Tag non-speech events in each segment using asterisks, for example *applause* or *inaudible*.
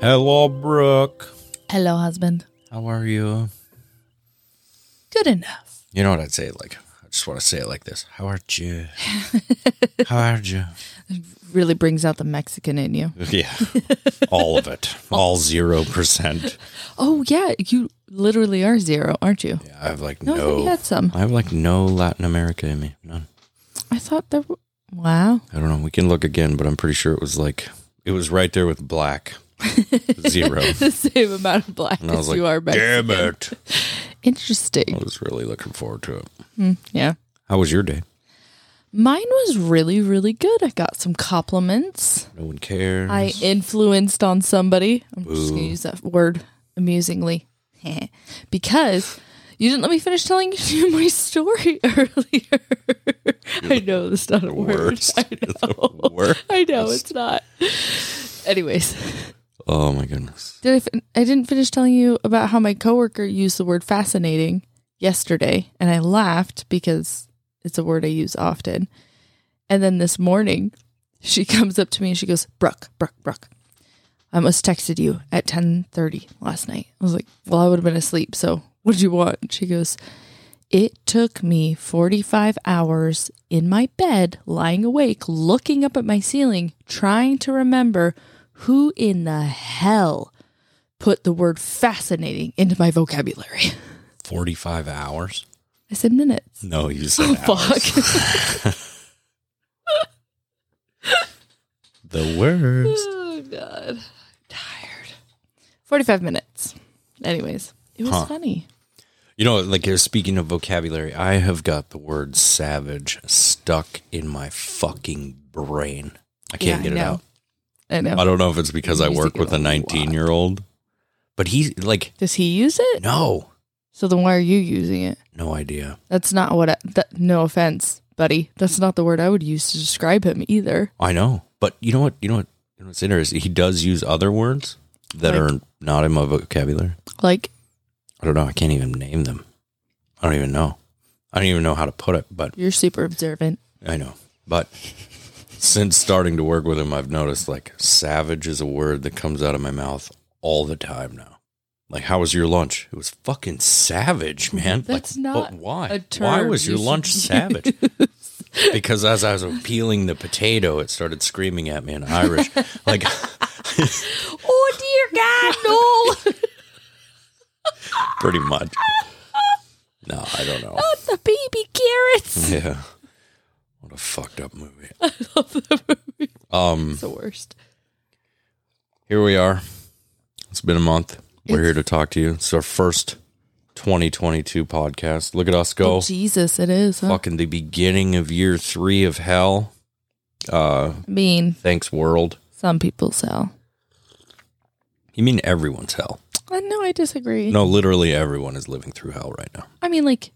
Hello, Brooke. Hello, husband. How are you? Good enough. You know what I'd say? Like, I just want to say it like this. How are you? *laughs* How are you? Really brings out the Mexican in you. *laughs* Yeah, all of it, all zero percent. Oh yeah, you literally are zero, aren't you? Yeah, I have like No, no, I thought you had some. I have like no Latin America in me. None. I thought there. Were, wow. I don't know. We can look again, but I'm pretty sure it was like it was right there with *laughs* black zero. *laughs* the same amount of black And I as was like, you are Mexican. damn it! I Interesting. was really looking forward to it. Yeah. How was your day? Mine was really, really good. I got some compliments. No one cares. *laughs* I influenced on somebody. I'm just Boo. gonna use that word amusingly. *laughs* because you didn't let me finish telling *laughs* you my story *laughs* earlier. I know that's not a word. worst. *laughs* I *laughs* know. Worst. I know it's not. Anyways, Oh my goodness. did I? Fin- I didn't finish telling you about how my coworker used the word fascinating yesterday, and I laughed because it's a word I use often. And then this morning, she *laughs* comes up to me and she goes, "Brooke, Brooke, Brooke, I must texted you at ten thirty last night." I was like, "Well, I would have been asleep, so what did you want?" And She goes, "It took me forty five hours in my bed, lying awake, looking up at my ceiling, trying to remember." Who in the hell put the word fascinating into my vocabulary. *laughs* Forty-five hours. I said minutes. No, you said *laughs* Oh, hours. *laughs* fuck. the worst. oh, God. I'm tired. 45 minutes. Anyways, it was Huh. funny. You know, like uh, speaking of vocabulary, I have got the word savage stuck in my fucking brain. I can't Yeah, get it I know. out. I know. I don't know if it's because You I used to work get with a a lot. 19 year old, but he's like, Does he use it? no, So then why are you using it? no idea. That's not what I, that, no offense, buddy. That's not the word I would use to describe him either. I know. But you know what? You know what? You know what's interesting? He does use other words that Like- are not in my vocabulary. Like, I don't know. I can't even name them. I don't even know. I don't even know how to put it, but you're super observant. I know. But since starting to work with him, I've noticed like savage is a word that comes out of my mouth all the time now. Like, how was your lunch? It was fucking savage, man. That's like, not But why? a why term was you your should lunch use. savage? Because as I was peeling the potato, it started screaming at me in *laughs* Irish. like, *laughs* Oh, *laughs* dear God, no. pretty much. No, I don't know. Not the baby carrots. Yeah. What a fucked up *laughs* movie. I love that movie. Um, It's the worst. Here we are. It's been a month. We're It's- here to talk to you. It's our first 2022 podcast. Look at us go. Oh, Jesus, it is. Huh? Fucking the beginning of year three of hell. Uh, I mean, thanks, world. some people sell. You mean everyone's hell? Uh, no, I disagree. No, literally everyone is living through hell right now. I *laughs* mean, like,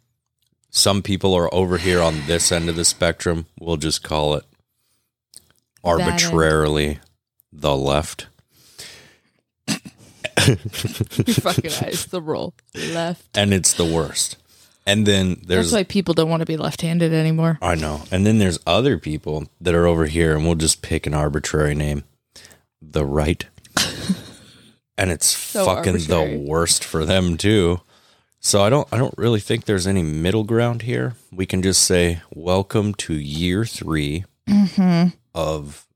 Some people are over here on this end of the spectrum. We'll just call it end. arbitrarily the left. your fucking eyes, the roll left. And it's the worst. And then there's That's why people don't want to be left-handed anymore. I know. And then there's other people that are over here, and we'll just pick an arbitrary name, the right. and it's fucking arbitrary. the worst for them too. So I don't I don't really think there's any middle ground here. We can just say welcome to year 3 Mm-hmm. of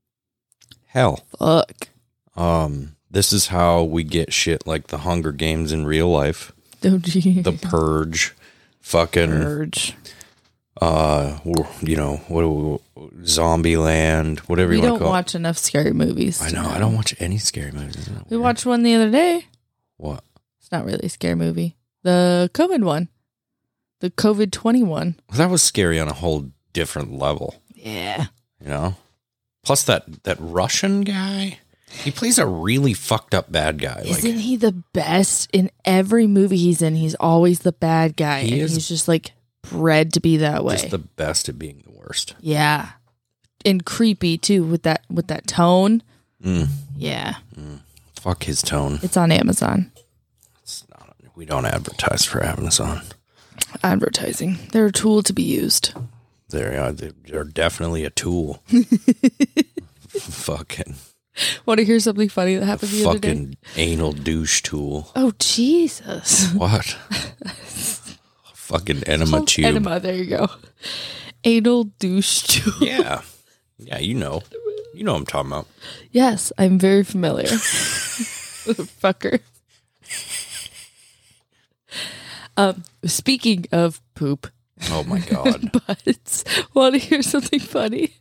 hell. Fuck. Um this is how we get shit like the Hunger Games in real life, Oh, *laughs* gee. the purge, fucking purge. uh w- you know what do we- zombie land whatever We you want don't to call watch enough scary movies. it i to know i don't watch any scary movies isn't it We weird? watched one the other day. what It's not really a scary movie. The COVID one. The COVID twenty one. that was scary on a whole different level Yeah. you know plus that that russian guy he plays a really fucked up bad guy Isn't like he the best in every movie he's in? He's always the bad guy, He and is- he's just like bred to be that way. just the best at being the worst Yeah. And creepy too with that with that tone. Mm. Yeah. fuck his tone It's on Amazon. it's not we don't advertise for amazon Advertising. They're a tool to be used. *laughs* they're, uh, they're definitely a tool fucking Want to hear something funny that happened the other day? Fucking anal douche tool. Oh *laughs* Jesus! What? Fucking *laughs* enema Called tube. Enema. There you go. Anal douche tube. *laughs* *laughs* Yeah. Yeah, you know. You know what I'm talking about. Yes, I'm very familiar. *laughs* Fucker. Um, speaking of poop, Oh my god. *laughs* but want to hear something funny?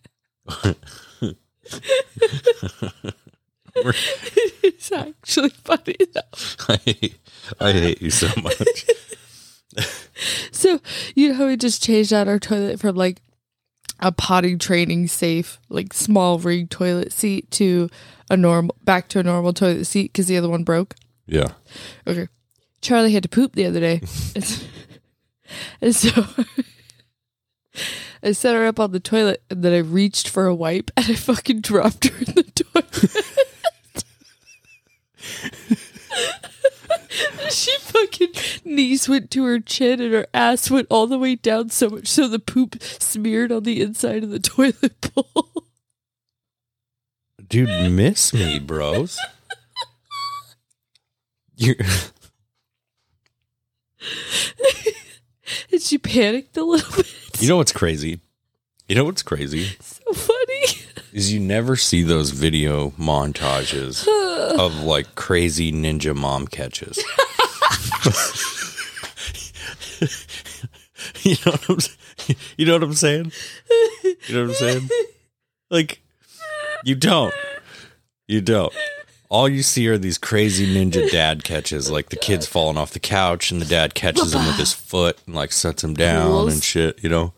it's actually funny. I, I hate you so much. So you know how we just changed out our toilet from like a potty training safe, like small ring toilet seat to a normal back to a normal toilet seat because the other one broke. Yeah. Okay. Charlie had to poop the other day. and *laughs* and so I set her up on the toilet and then I reached for a wipe and I fucking dropped her in the toilet. *laughs* she fucking knees went to her chin and her ass went all the way down so much so the poop smeared on the inside of the toilet bowl. *laughs* Dude, miss me, bros. You're and she panicked a little *laughs* bit. You know what's crazy? You know what's crazy so funny. is you never see those video montages of like crazy ninja mom catches. you know what I'm s- you know what I'm saying? You know what I'm saying? Like you don't. You don't. All you see are these crazy ninja dad catches, like the kid's falling off the couch and the dad catches him with his foot and like sets him down and shit, you know?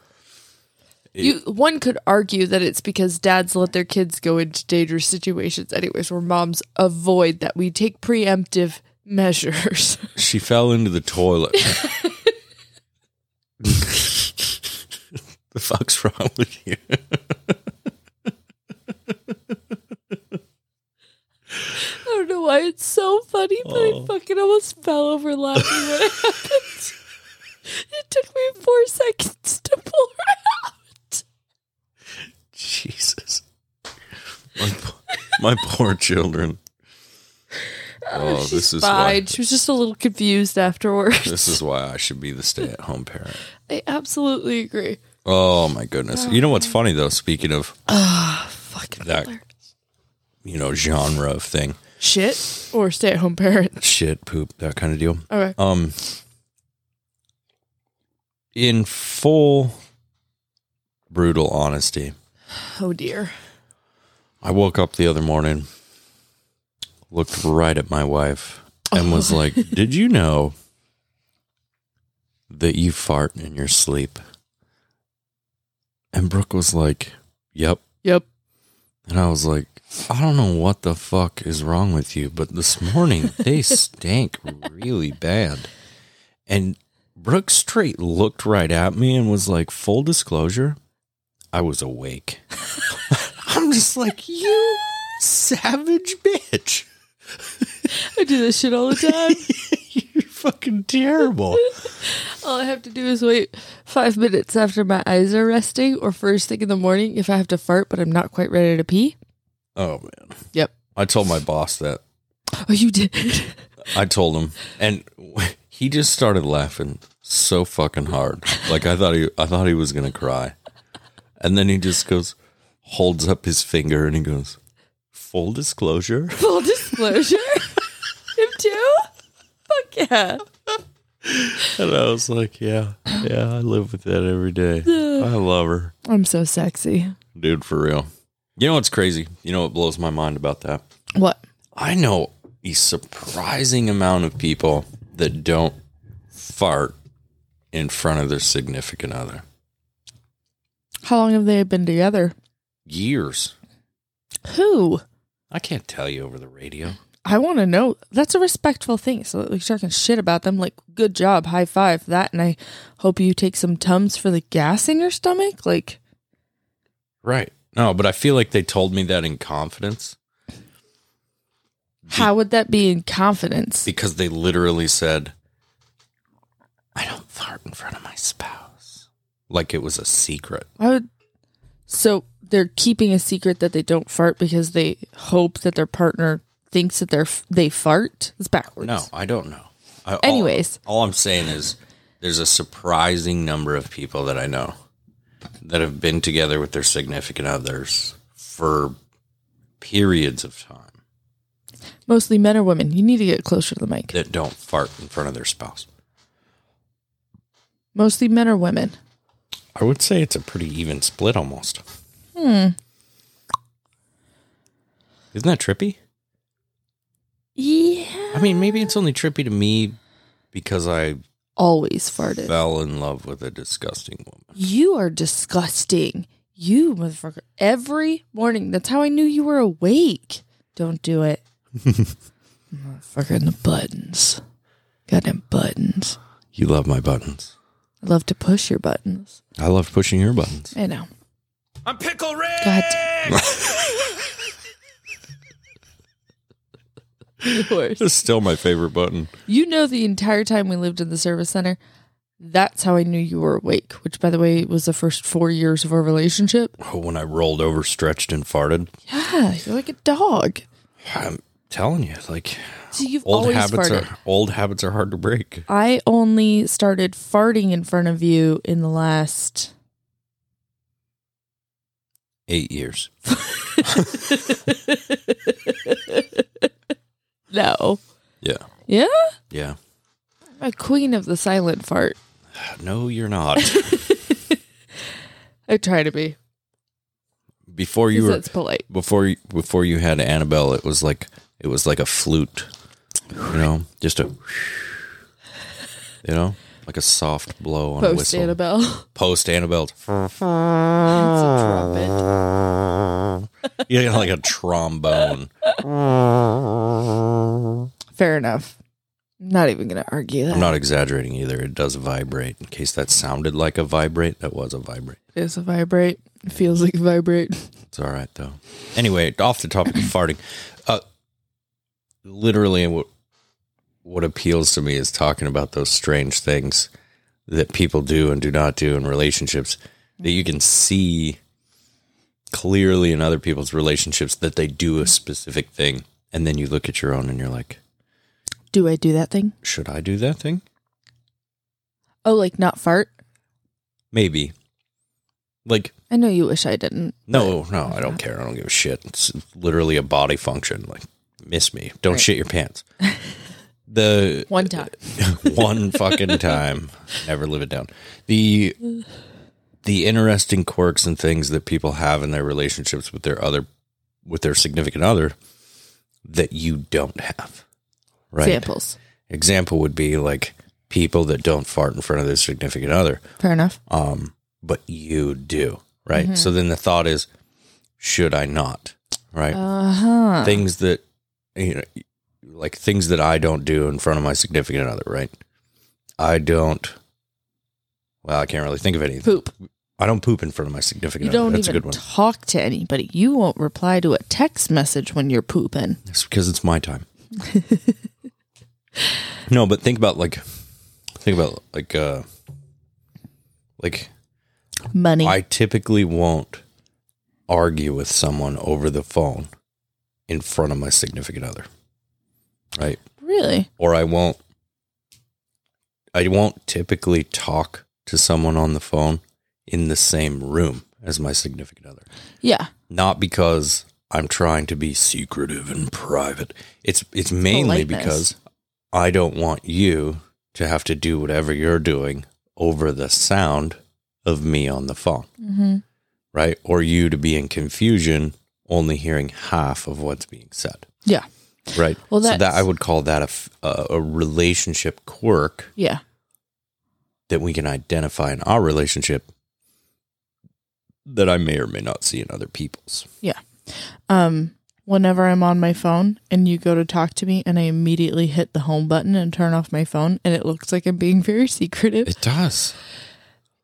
You one could argue that it's because dads let their kids go into dangerous situations anyways where moms avoid that we take preemptive measures. *laughs* She fell into the *laughs* toilet. the fuck's wrong with you? I don't know why it's so funny, but Oh. I fucking almost fell over laughing when it happened. It took me four seconds to pull her out. Jesus. My, po- my poor children. Oh, this is Fine. why She was just a little confused *laughs* afterwards. this is why I should be the stay-at-home parent. I absolutely agree. Oh my goodness. You know what's funny though, speaking of, Ah, Fucking That- Hitler. you know, genre of thing. shit or stay at home parent. Shit, poop, that kind of deal. Okay. Um, in full brutal honesty, Oh dear. I woke up the other morning, looked right at my wife, and was like, Did you know that you fart in your sleep? And Brooke was like, Yep. Yep. And I was like, I don't know what the fuck is wrong with you, but this morning they stank really bad. And Brooke straight looked right at me and was like, full disclosure, I was awake. *laughs* I'm just like, you savage bitch. *laughs* I do this shit all the time. You're fucking terrible. All I have to do is wait five minutes after my eyes are resting or first thing in the morning if I have to fart but I'm not quite ready to pee. Oh, man. Yep. I told my boss that. Oh, you did. *laughs* I told him, and *laughs* he just started laughing so fucking hard. Like I thought he, I thought he was gonna cry, and then he just goes, holds up his finger, and he goes, "Full disclosure." *laughs* Full *laughs* disclosure. Him too? Fuck yeah. And I was like, "Yeah, yeah, I live with that every day. I love her, I'm so sexy. dude, for real." You know what's crazy? You know what blows my mind about that? What? I know a surprising amount of people that don't fart in front of their significant other. How long have they been together? Years. Who? I can't tell you over the radio. I want to know. That's a respectful thing. So like talking shit about them, like good job, high five, that, and I hope you take some tums for the gas in your stomach. Like Right. No, but I feel like they told me that in confidence how would that be in confidence? because they literally said, I don't fart in front of my spouse. Like it was a secret. I would. So they're keeping a secret that they don't fart because they hope that their partner thinks that they're f- they fart. It's backwards. No, I don't know. I, all- Anyways. all, I'm saying is there's a surprising number of people that I know that have been together with their significant others for periods of time Mostly men or women. You need to get closer to the mic. that don't fart in front of their spouse. Mostly men or women. I would say it's a pretty even split almost. Hmm. Isn't that trippy? Yeah. I mean, maybe it's only trippy to me because I Always farted. fell in love with a disgusting woman. You are disgusting. You motherfucker. Every morning. That's how I knew you were awake. Don't do it. motherfucker in the buttons. Goddamn buttons. You love my buttons. I love to push your buttons. I love pushing your buttons. I know. I'm Pickle Go Rick! ahead. *laughs* Yours. It's still my favorite button. You know, the entire time we lived in the service center, that's how I knew you were awake, which, by the way, was the first four years of our relationship. Oh, when I rolled over, stretched, and farted. Yeah, you're like a dog. I'm telling you, like So you've old always habits farted. are old habits are hard to break. I only started farting in front of you in the last. Eight years. No. Yeah. Yeah? Yeah. I'm a queen of the silent fart. No, you're not. *laughs* I try to be. Before you Because were that's polite. before you, before you had Annabelle, it was like it was like a flute, you know, just a, you know, like a soft blow on a Post whistle. Annabelle. *laughs* Post Annabelle, It's a trumpet. you know, like a trombone. Fair enough. Not even going to argue that. I'm not exaggerating either. It does vibrate. In case that sounded like a vibrate, that was a vibrate. It's a vibrate. It feels like a vibrate. It's all right though. Anyway, off the topic of farting, uh, literally, what what appeals to me is talking about those strange things that people do and do not do in relationships that you can see clearly in other people's relationships that they do a specific thing, and then you look at your own and you're like, Do I do that thing? should I do that thing? Oh, like not fart? Maybe. Like I know you wish I didn't. No, no, I don't care. I don't give a shit. It's literally a body function. Like, miss me. Don't shit your pants. The *laughs* One time. one fucking time. Never live it down. The the interesting quirks and things that people have in their relationships with their other with their significant other that you don't have. Right. Samples. Example would be like people that don't fart in front of their significant other Fair enough. um, but you do, right? Mm-hmm. So then the thought is, should I not, right? Uh huh. things that you know, like things that I don't do in front of my significant other, right? I don't. Well, I can't really think of anything. Poop. I don't poop in front of my significant You other. don't That's a even good one. talk to anybody. You won't reply to a text message when you're pooping. It's because it's my *laughs* time. no, but think about like, think about like, uh, like Money. I typically won't argue with someone over the phone in front of my significant other. Right? really? Or I won't I won't typically talk to someone on the phone in the same room as my significant other. Yeah. Not because I'm trying to be secretive and private. It's it's mainly Politeness. because I don't want you to have to do whatever you're doing over the sound of me on the phone Mm-hmm. right? Or you to be in confusion, only hearing half of what's being said, Yeah. right? Well, so that that's- I would call that a, f- a- a relationship quirk Yeah. that we can identify in our relationship that I may or may not see in other people's. Um, whenever I'm on my phone and you go to talk to me, and I immediately hit the home button and turn off my phone, and it looks like I'm being *laughs* very secretive. It does.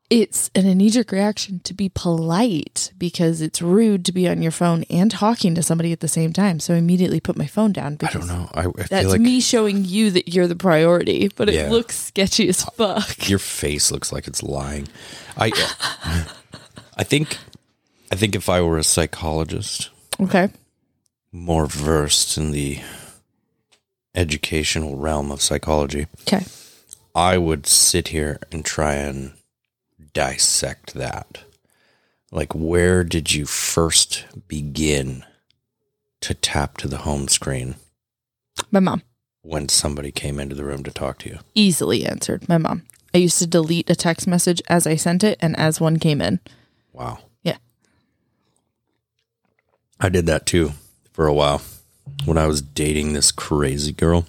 It's an knee-jerk reaction to be polite because it's rude to be on your phone and talking to somebody at the same time. So I immediately put my phone down. I don't Because know. I, I That's feel like me showing you that you're the priority, but it Yeah. looks sketchy *laughs* as fuck. your face looks like it's lying. I I think I think if I were a psychologist, Okay. more versed in the educational realm of psychology, Okay. I would sit here and try and dissect that. Like, where did you first begin to tap to the home screen My mom when somebody came into the room to talk to you? easily answered. My mom. I used to delete a text message as I sent it and as one came in. Wow. Yeah. I did that too for a while when I was dating this crazy girl.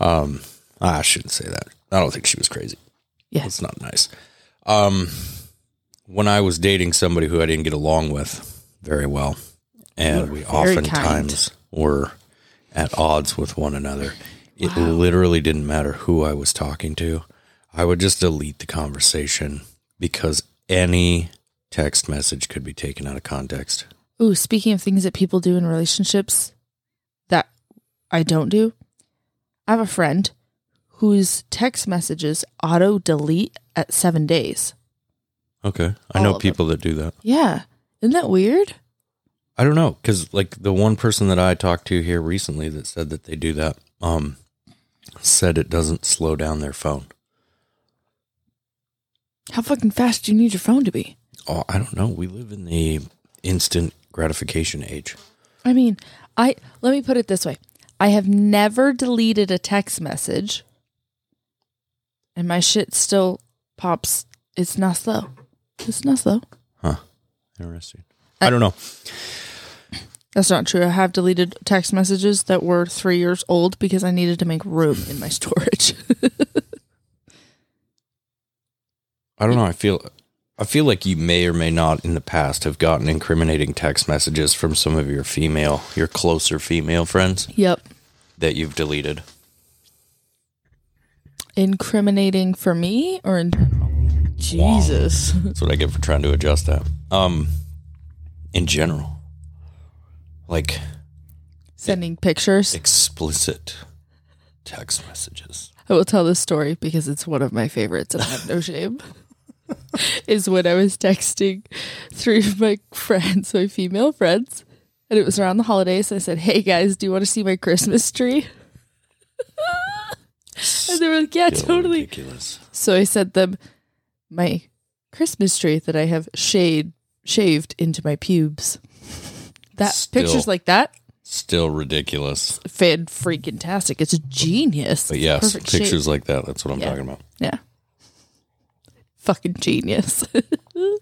Um, I shouldn't say that. I don't think she was crazy. Yeah. It's not nice. Um, when I was dating somebody who I didn't get along with very well, and we very oftentimes were at odds with one another, it literally didn't matter who I was talking to. I would just delete the conversation because any text message could be taken out of context. Ooh, speaking of things that people do in relationships that I don't do, I have a friend whose text messages auto delete at seven days. Okay. I All know of people that do that. Yeah. Isn't that weird? I don't know because like the one person that I talked to here recently that said that they do that um said it doesn't slow down their phone. How fucking fast do you need your phone to be? Oh, I don't know. We live in the instant gratification age. I mean, I let me put it this way. I have never deleted a text message and my shit still pops. It's not slow. It's not slow. Interesting. I don't know. That's not true. I have deleted text messages that were three years old because I needed to make room in my *laughs* storage. I don't know. I feel I feel like you may or may not in the past have gotten incriminating text messages from some of your female, your closer female friends yep. that you've deleted. Incriminating for me or in general? Jesus. That's what I get for trying to adjust that. Um in general. Like *laughs* Sending pictures. explicit text messages. I will tell this story because it's one of my favorites and I *laughs* have no shame. is when I was texting three of my friends, my female friends, and it was around the holidays. I said, Hey guys, do you want to see my Christmas tree? and they were like, Yeah, Still totally. ridiculous. So I sent them my Christmas tree that I have shade shaved into my pubes. That Still. pictures like that, Still ridiculous. fan freaking tastic. It's a genius. But It's yes, perfect shape. pictures like that. That's what I'm Yeah. talking about. Yeah. Fucking genius.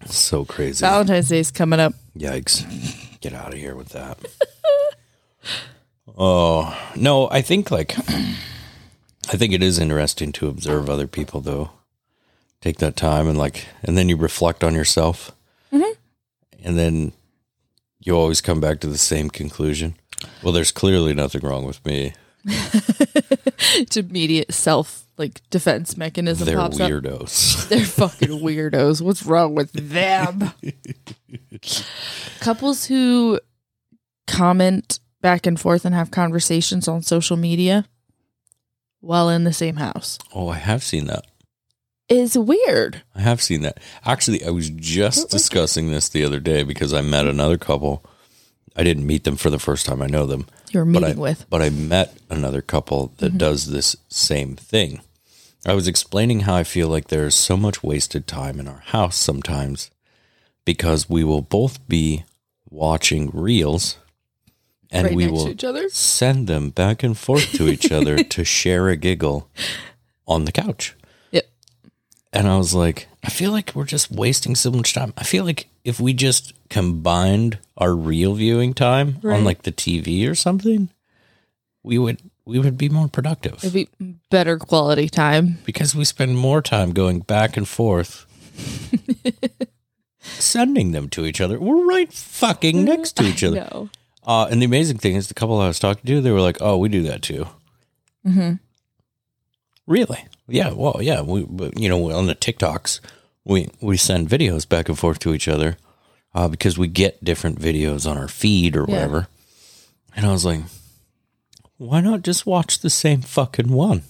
So crazy. Valentine's Day's coming up. *laughs* Yikes. Get out of here with that. *laughs* oh, no, I think like *clears throat* I think it is interesting to observe other people though. Take that time and like and then you reflect on yourself. Mm-hmm. And then you always come back to the same conclusion. Well, there's clearly nothing wrong with me. It's immediate self like defense mechanism They're pops up. weirdos. *laughs* *laughs* They're fucking weirdos. What's wrong with them? Couples who comment back and forth and have conversations on social media while in the same house oh, I have seen that. is weird. I have seen that. Actually, I was just What was it? discussing this the other day because I met another couple. I didn't meet them for the first time I know them, You're but meeting I with. Mm-hmm. but I met another couple that does this same thing. I was explaining how I feel like there's so much wasted time in our house sometimes because we will both be watching reels and right we next will to each other. send them back and forth to each *laughs* other to share a giggle on the couch. Yep. And I was like, I feel like we're just wasting so much time. I feel like if we just combined our real viewing time Right. on like the TV or something, we would we would be more productive It'd be better quality time. because we spend more time going back and forth sending them to each other. We're right fucking next to each other. *laughs* No. Uh, and the amazing thing is, the couple I was talking to, they were like, "Oh, we do that too." Mhm. Really? Yeah. Well, yeah. We, but, you know, on the TikToks, we we send videos back and forth to each other uh, because we get different videos on our feed or Yeah. whatever. And I was like, "Why not just watch the same fucking one?"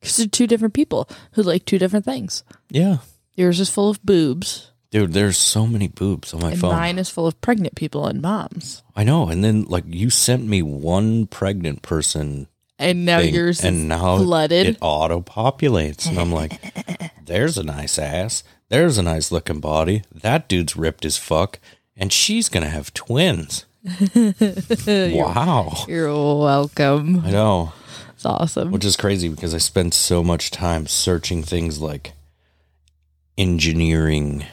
Because they're two different people who like two different things. Yeah. Yours is full of boobs. Dude, there's so many boobs on my and phone. mine is full of pregnant people and moms. I know. And then like you sent me one pregnant person And now thing, yours and is now *laughs* flooded. *laughs* it auto populates. And I'm like, there's a nice ass. There's a nice looking body. That dude's ripped as fuck. And she's gonna have twins. wow. You're welcome. I know. It's awesome. Which is crazy because I spend so much time searching things like engineering,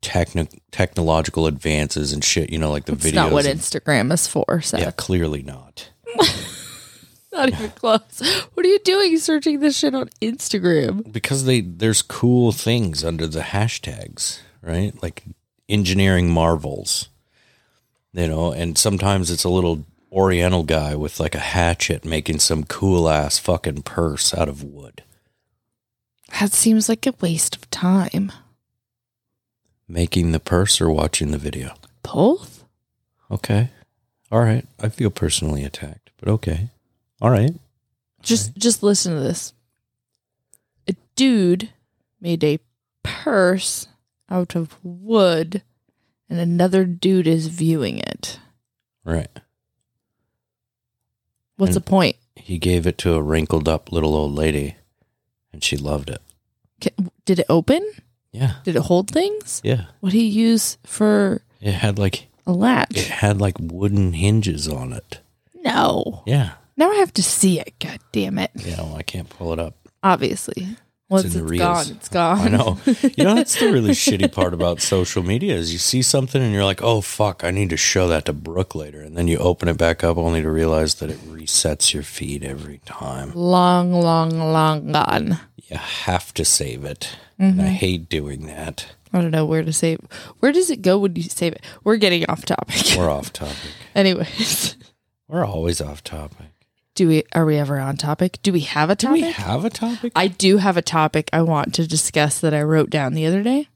techni- technological advances and shit, you know, like the It's videos. not what and- Instagram is for. So yeah, clearly not. *laughs* not even close. What are you doing searching this shit on Instagram? Because they there's cool things under the hashtags, right? Like engineering marvels. You know, and sometimes it's a little oriental guy with like a hatchet making some cool ass fucking purse out of wood. That seems like a waste of time. Making the purse or watching the video? Both? Okay. All right. I feel personally attacked, but okay. All right. Just just listen to this. A dude made a purse out of wood and another dude is viewing it. All right. What's And- the point? He gave it to a wrinkled up little old lady and she loved it. Ca- Did it open? Yeah. Did it hold things? Yeah. What he use for It had like a it latch? had like wooden hinges on it. No. Yeah. Now I have to see it. God damn it. Yeah, well, I can't pull it up. Obviously. Once in it's the reels. gone, it's gone. I know. You know, that's the *laughs* really shitty part about social media is you see something and you're like, oh fuck, I need to show that to Brooke later. And then you open it back up only to realize that it resets your feed every time. long, long, long gone. You have to save it. And I Mm-hmm. hate doing that. I don't know where to save. Where does it go when you save it? We're getting off topic. We're off topic. *laughs* Anyways, We're always off topic. do we are we ever on topic? Do we have a Do we topic? have a topic? I do have a topic I want to discuss that I wrote down the other day.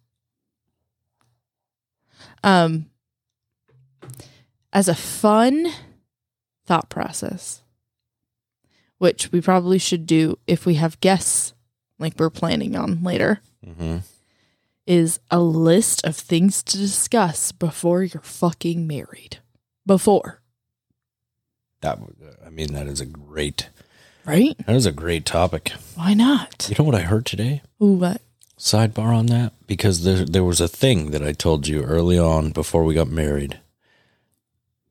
Um as a fun thought process, which we probably should do if we have guests like we're planning on later. mm-hmm. is a list of things to discuss before you're fucking married. Before, That would- I mean, that is a great. right? That is a great topic. Why not? You know what I heard today? Ooh, what? Sidebar on that because there there was a thing that I told you early on before we got married.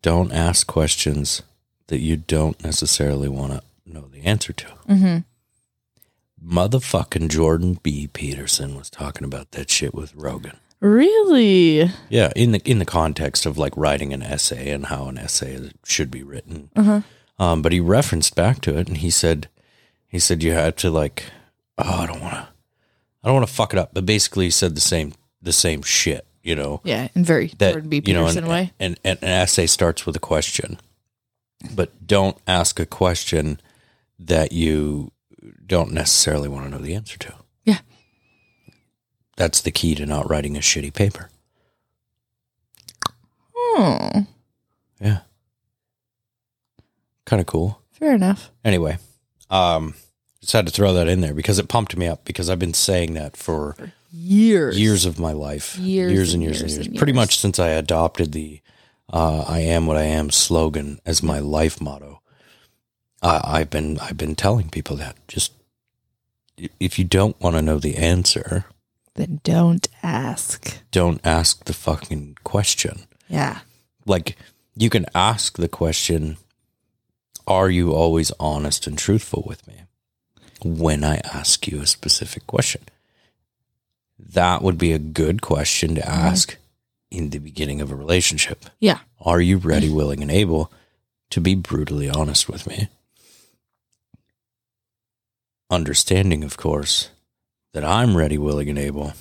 Don't ask questions that you don't necessarily want to know the answer to. Mm-hmm. Motherfucking Jordan B. Peterson was talking about that shit with Rogan. Really? Yeah, in the in the context of like writing an essay and how an essay should be written. Uh-huh. Um, but he referenced back to it and he said, he said you had to like, oh, I don't want to, I don't want to fuck it up. But basically, he said the same the same shit. You know Yeah, and very that Jordan B. you know Peterson an, way. an, an, an essay starts with a question, but don't ask a question that you don't necessarily want to know the answer to. Yeah. That's the key to not writing a shitty paper. Hmm. Yeah. Kind of cool. Fair enough. Anyway, um, just had to throw that in there because it pumped me up because I've been saying that for Years. years of my life, and Years and years and years years, and pretty years. much since I adopted the uh, "I am what I am" slogan as my life motto. I I've been I've been telling people that just if you don't want to know the answer, Then don't ask. don't ask the fucking question. Yeah. like you can ask the question are you always honest and truthful with me when i ask you a specific question that would be a good question to ask in the beginning of a relationship Yeah. are you ready willing and able to be brutally honest with me understanding of course that i'm ready willing and able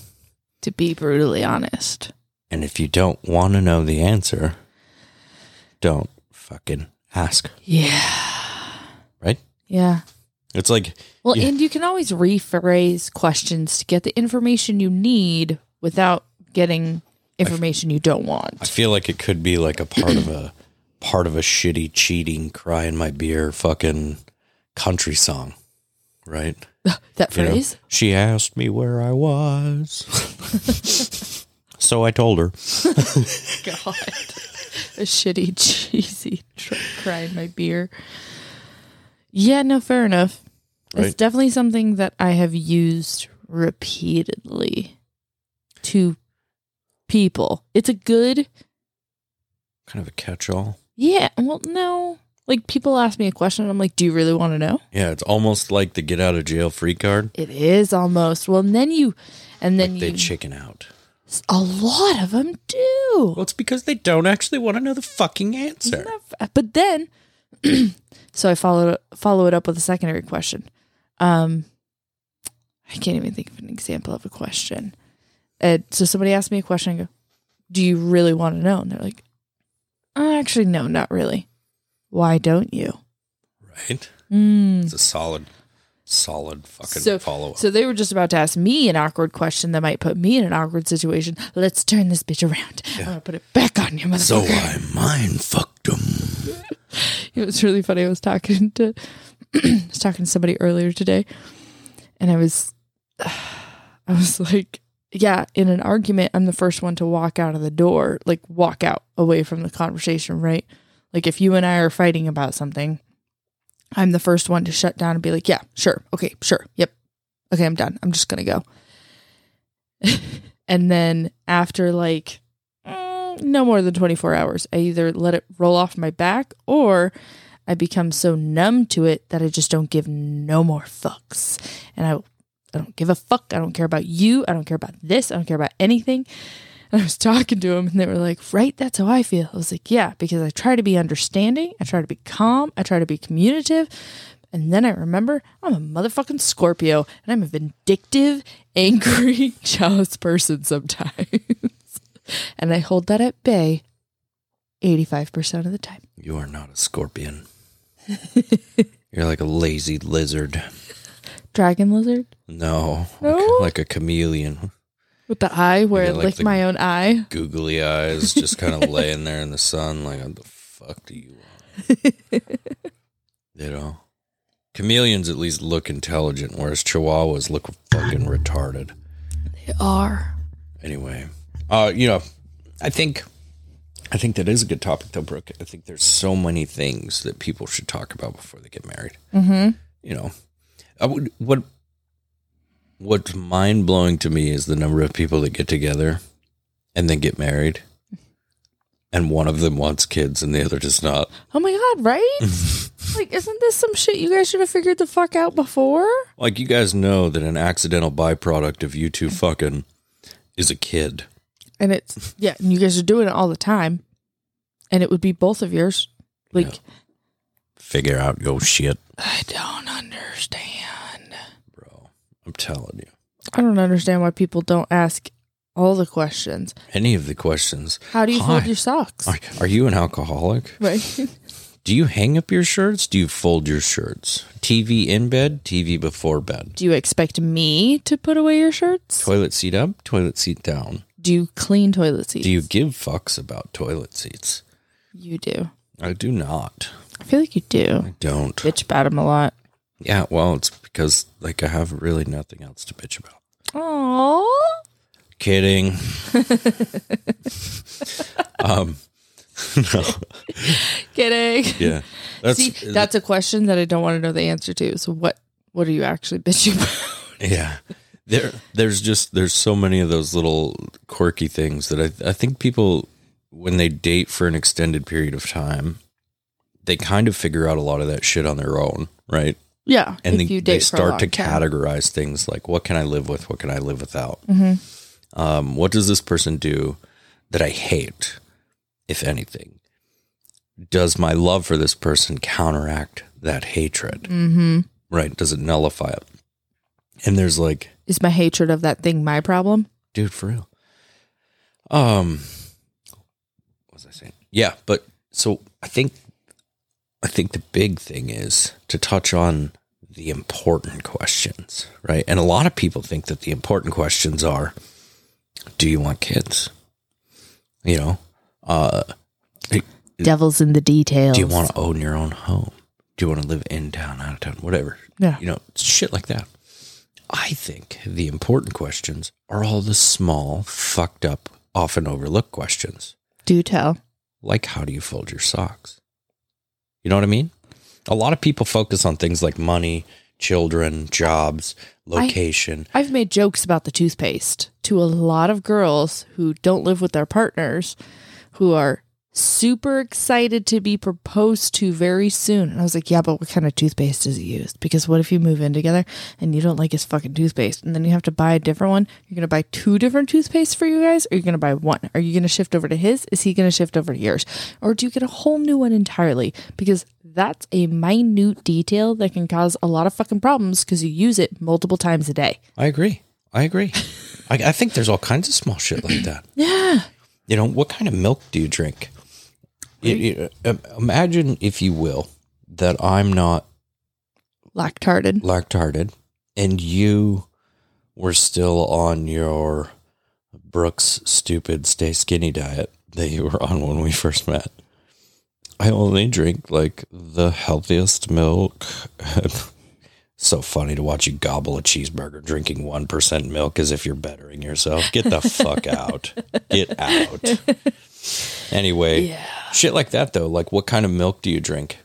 To be brutally honest. and if you don't want to know the answer, don't fucking ask, Yeah. right? Yeah. It's like, Well, Yeah. and you can always rephrase questions to get the information you need without getting information you don't want. I feel like it could be like a part of a *clears throat* part of a shitty cheating cry in my beer fucking country song, right? that You know, phrase? she asked me where I was. *laughs* So I told her. *laughs* God. A shitty, cheesy *laughs* truck crying my beer. Yeah, no, fair enough. It's Right. definitely something that I have used repeatedly to people. It's a good, Kind of a catch all. yeah, well, no. Like people ask me a question and I'm like, do you really want to know? Yeah, it's almost like the get out of jail free card. It is almost. Well, and then you, and then like they you, chicken out. a lot of them do. Well, it's because they don't actually want to know the fucking answer. Isn't that f- But then, *clears throat* so I follow follow it up with a secondary question. Um, I can't even think of an example of a question. And so somebody asked me a question. I go, "Do you really want to know?" And they're like, "Uh, "Actually, no, not really. Why don't you?" Right? It's a solid, solid fucking follow up. Mm. so they were just about to ask me an awkward question that might put me in an awkward situation. Let's turn this bitch around. I'm gonna put it back on you, So motherfucker. I mind fucked him. *laughs* It was really funny. I was talking to *clears throat* I was talking to somebody earlier today, and I was *sighs* I was like, yeah, in an argument, I'm the first one to walk out of the door, like walk out away from the conversation, right? Like if you and I are fighting about something, I'm the first one to shut down and be like, yeah, sure, okay, sure, yep, okay, I'm done. I'm just gonna go. *laughs* and then after like mm, no more than 24 hours. I either let it roll off my back or I become so numb to it that I just don't give no more fucks. And I I don't give a fuck. I don't care about you. I don't care about this. I don't care about anything. *laughs* And I was talking to them and they were like, "Right, that's how I feel." I was like, "Yeah, because I try to be understanding. I try to be calm. I try to be communicative." And then I remember I'm a motherfucking Scorpio and I'm a vindictive, *laughs* angry, *laughs* jealous person sometimes and I hold that at bay 85% of the time. You are not a *laughs* scorpion. You're like a lazy lizard. Dragon lizard No, No? like a chameleon. with the eye where Yeah, I like lick the- my own eye. Googly eyes, just kind *laughs* of laying there in the sun, like, what the fuck do you want? *laughs* You know? Chameleons at least look intelligent, whereas chihuahuas look fucking retarded. They are. anyway uh you know i think i think that is a good topic though brooke i think there's so many things that people should talk about before they get married Mhm. you know i would what what's mind-blowing to me is the number of people that get together and then get married and one of them wants kids and the other does not Oh my *laughs* God, right? like, isn't this some shit you guys should have figured the fuck out before? like you guys know that an accidental byproduct of you two fucking is a kid And it's, yeah, and you guys are doing it all the time. And it would be both of yours. Like, figure out your shit I don't understand. bro i'm telling you I don't understand why people don't ask all the questions. any of the questions How do you fold Hi. your socks? Are, are you an alcoholic? Right? *laughs* Do you hang up your shirts? Do you fold your shirts? TV in bed, TV before bed. do you expect me to put away your shirts? Toilet seat up, toilet seat down. Do you clean toilet seats? Do you give fucks about toilet seats? You do. I do not. I feel like you do. I don't. Bitch about him a lot. Yeah, well, it's because like I have really nothing else to bitch about. Aww. *laughs* Kidding. um no. Kidding. Yeah. That's See, that's a question that I don't want to know the answer to. So what what are you actually *laughs* bitching about? Yeah. There there's just there's so many of those little quirky things that I I think people when they date for an extended period of time, they kind of figure out a lot of that shit on their own, right? Yeah. And if they, you they date for a start to long time. categorize things like what can I live with, what can I live without? Mm-hmm. Um, what does this person do that I hate, if anything? Does my love for this person counteract that hatred? Mm-hmm. Right? Does it nullify it? And there's like Is my hatred of that thing my problem? dude for real um what was i saying yeah but so i think i think the big thing is to touch on the important questions right and a lot of people think that the important questions are do you want kids you know uh Devil's in the details. Mm. do you want to own your own home do you want to live in town out of town whatever Yeah. you know shit like that i think the important questions are all the small fucked up often overlook questions Do tell. like how do you fold your socks? You know what I mean? A lot of people focus on things like money, children, jobs, location. I've made jokes about the toothpaste to a lot of girls who don't live with their partners who are super excited to be proposed to very soon. And I was like, yeah, but what kind of toothpaste is it used? Because what if you move in together and you don't like his fucking toothpaste and then you have to buy a different one? You're going to buy two different toothpastes for you guys? Or you are going to buy one? Are you going to shift over to his? Is he going to shift over to yours? Or do you get a whole new one entirely? Because that's a minute detail that can cause a lot of fucking problems because you use it multiple times a day. I agree. I agree. I, I think there's all kinds of small shit like that. Yeah. You know, what kind of milk do you drink? You- you- im- imagine, if you will, that I'm not Lactarded. lactarded and you were still on your Brooks stupid stay skinny diet that you were on when we first met. I only drink like the healthiest milk. *laughs* so funny to watch you gobble a cheeseburger drinking 1% milk as if you're bettering yourself. Get the fuck out. Get out. Anyway, shit like that though. Like, what kind of milk do you drink?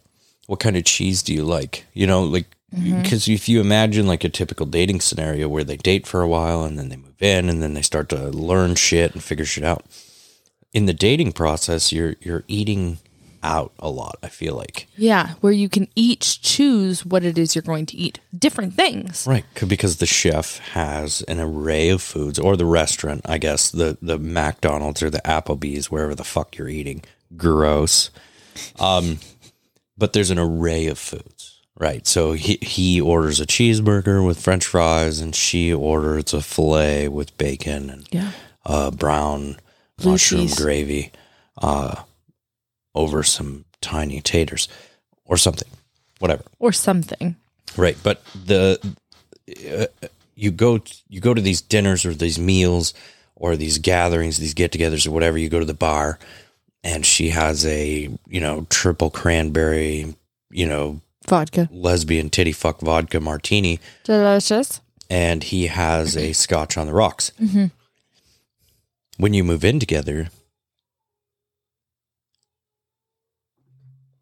What kind of cheese do you like? You know, like, because if you imagine like a typical dating scenario where they date for a while and then they move in and then they start to learn shit and figure shit out. In the dating process, you're you're eating out a lot. I feel like Yeah, where you can each choose what it is you're going to eat. Different things. Right, c- because the chef has an array of foods, or the restaurant, I guess, the the McDonald's or the Applebee's, wherever the fuck you're eating. Gross. Um, but there's an array of foods, right? So he he orders a cheeseburger with French fries, and she orders a fillet with bacon and Yeah. uh, brown Blue mushroom cheese. gravy uh, over some tiny taters or something, whatever. Or something. Right, but the uh, you go you go to these dinners or these meals or these gatherings, these get-togethers or whatever. You go to the bar, and she has a you know triple cranberry, you know Vodka. lesbian titty fuck vodka martini, Delicious. Mm-hmm. and he has a scotch on the rocks. When you move in together,